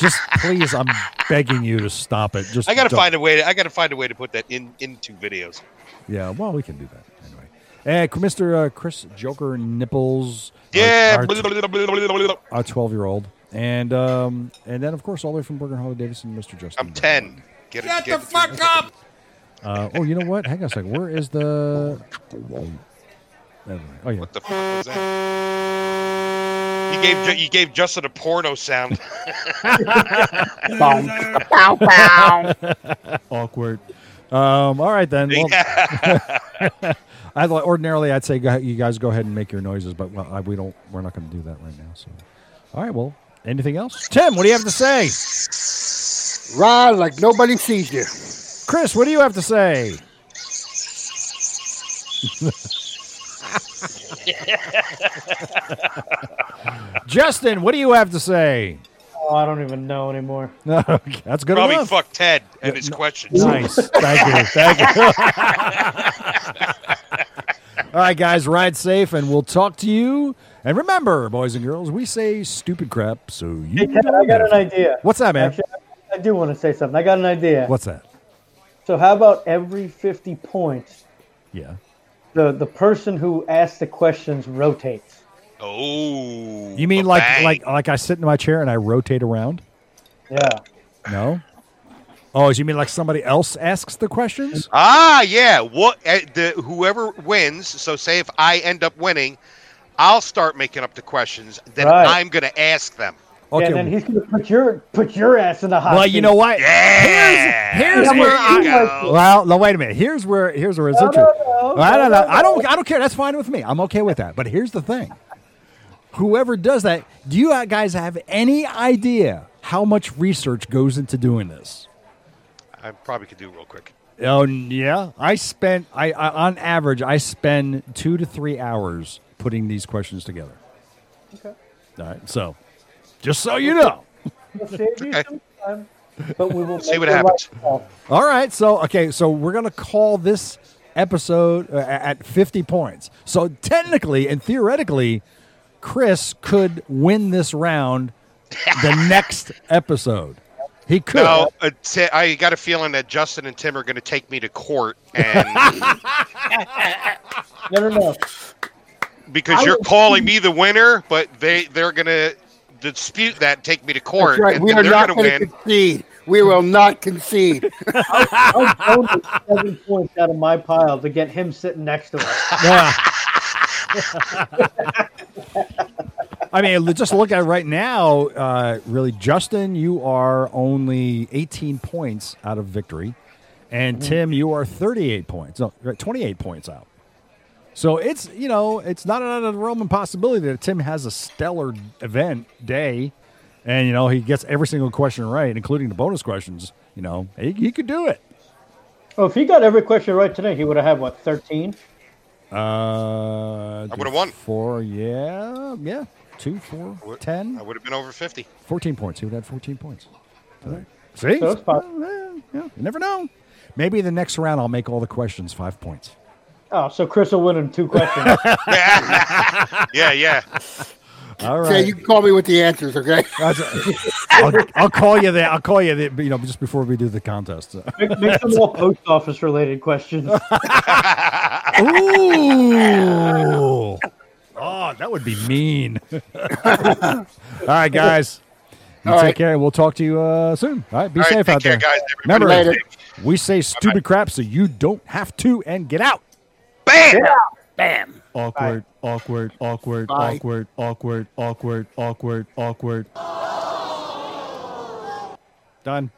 Just please, I'm begging you to stop it. Just
I gotta
don't-
find a way. To, I gotta find a way to put that in into videos.
Yeah, well, we can do that anyway. And Mr. Uh, Chris Joker Nipples. our-
Yeah,
our
blah, blah, blah, blah, blah, blah, blah.
our 12 year old. And um, and then, of course, all the way from Burger Holly Davidson, Mr. Justin.
I'm
Bieber.
ten. Get, it-
Get the
get it-
fuck up!
Uh, oh, you know what? Hang on a second. Where is the. Never mind. Oh, yeah.
What the fuck was that? You gave Ju- you gave Justin a porno sound.
Pow pow.
Awkward. Um, all right, then. Well, I thought ordinarily I'd say go, you guys go ahead and make your noises, but well, I, we don't. We're not going to do that right now. So, all right. Well, anything else, Tim? What do you have to say?
Ride like nobody sees you.
Chris, what do you have to say? Justin, what do you have to say?
Oh, I don't even know anymore.
No, okay, that's good
Probably
enough.
fuck Ted and his questions.
Nice. Thank you. Thank you. All right, guys, ride safe, and we'll talk to you. And remember, boys and girls, we say stupid crap, so you.
Hey, Ted, I got an idea.
What's that, man?
Actually, I do want to say something. I got an idea.
What's that?
So, how about every 50 points,
Yeah.
the, the person who asks the questions rotates?
Oh,
You mean like like like I sit in my chair and I rotate around?
Yeah.
No. Oh, you mean like somebody else asks the questions?
ah yeah? What uh, the whoever wins? So say if I end up winning, I'll start making up the questions. Then
Right.
I'm gonna ask them.
Okay.
And then he's going to put your put your ass in the hot
well,
seat.
you know what?
Yeah.
Here's,
Yeah,
here's where
but you like it.
Well, no, wait a minute. Here's where here's where it's
No, no,
interesting.
no,
I don't
no,
know.
no,
I don't I don't care. That's fine with me. I'm okay with that. But here's the thing. Whoever does that, do you guys have any idea how much research goes into doing this?
I probably could do it real quick.
Oh yeah, I spent I, I on average I spend two to three hours putting these questions together. Okay. All right. So, just so you know.
We'll save you
Okay.
some time, but we will
See
make
what
the right
happens.
call.
All right. So, okay. So, we're going to call this episode uh, at 50 points. So, technically and theoretically, Chris could win this round the next episode. He could.
No, uh, Ti- I got a feeling that Justin and Tim are going to take me to court, and
Never know.
because you're calling me the winner, but they they're going to dispute that, and take me to court,
That's right.
and
We
then
are
they're
not
gonna
going to
win.
concede. We will not concede.
I'll donate seven points out of my pile to get him sitting next to us.
Yeah. I mean, l- just look at it right now. Uh, really, Justin, you are only 18 points out of victory, and Tim, you are 38 points, no, you're at 28 points out. So it's you know it's not out of the realm of possibility that Tim has a stellar event day, and you know he gets every single question right, including the bonus questions. You know he, he could do it.
Oh, if he got every question right today, he would have had what thirteen?
Uh,
I would've won.
Four, yeah, yeah. Two, four,
I would-
ten,
I would have been over fifty.
14 points. He would have 14 points. today. See?
So it's possible.
Yeah, yeah, you never know. Maybe the next round I'll make all the questions five points.
Oh, so Chris will win in two questions.
yeah, yeah.
All
Say you can call me with the answers, okay?
That's- I'll, I'll call you that. I'll call you that. You know, just before we do the contest.
make, make some more post office related questions.
Ooh. Oh, that would be mean. all right, guys. You
All
take
right.
care. We'll talk to you uh, soon. All right, be
All right,
safe
take
out
care,
there,
guys.
Remember,
Everybody
Later.
we say stupid crap so you don't have to, and get out.
Bam.
Bam.
Awkward, awkward, awkward,
Bye.
awkward, awkward, awkward, awkward, awkward.
Done.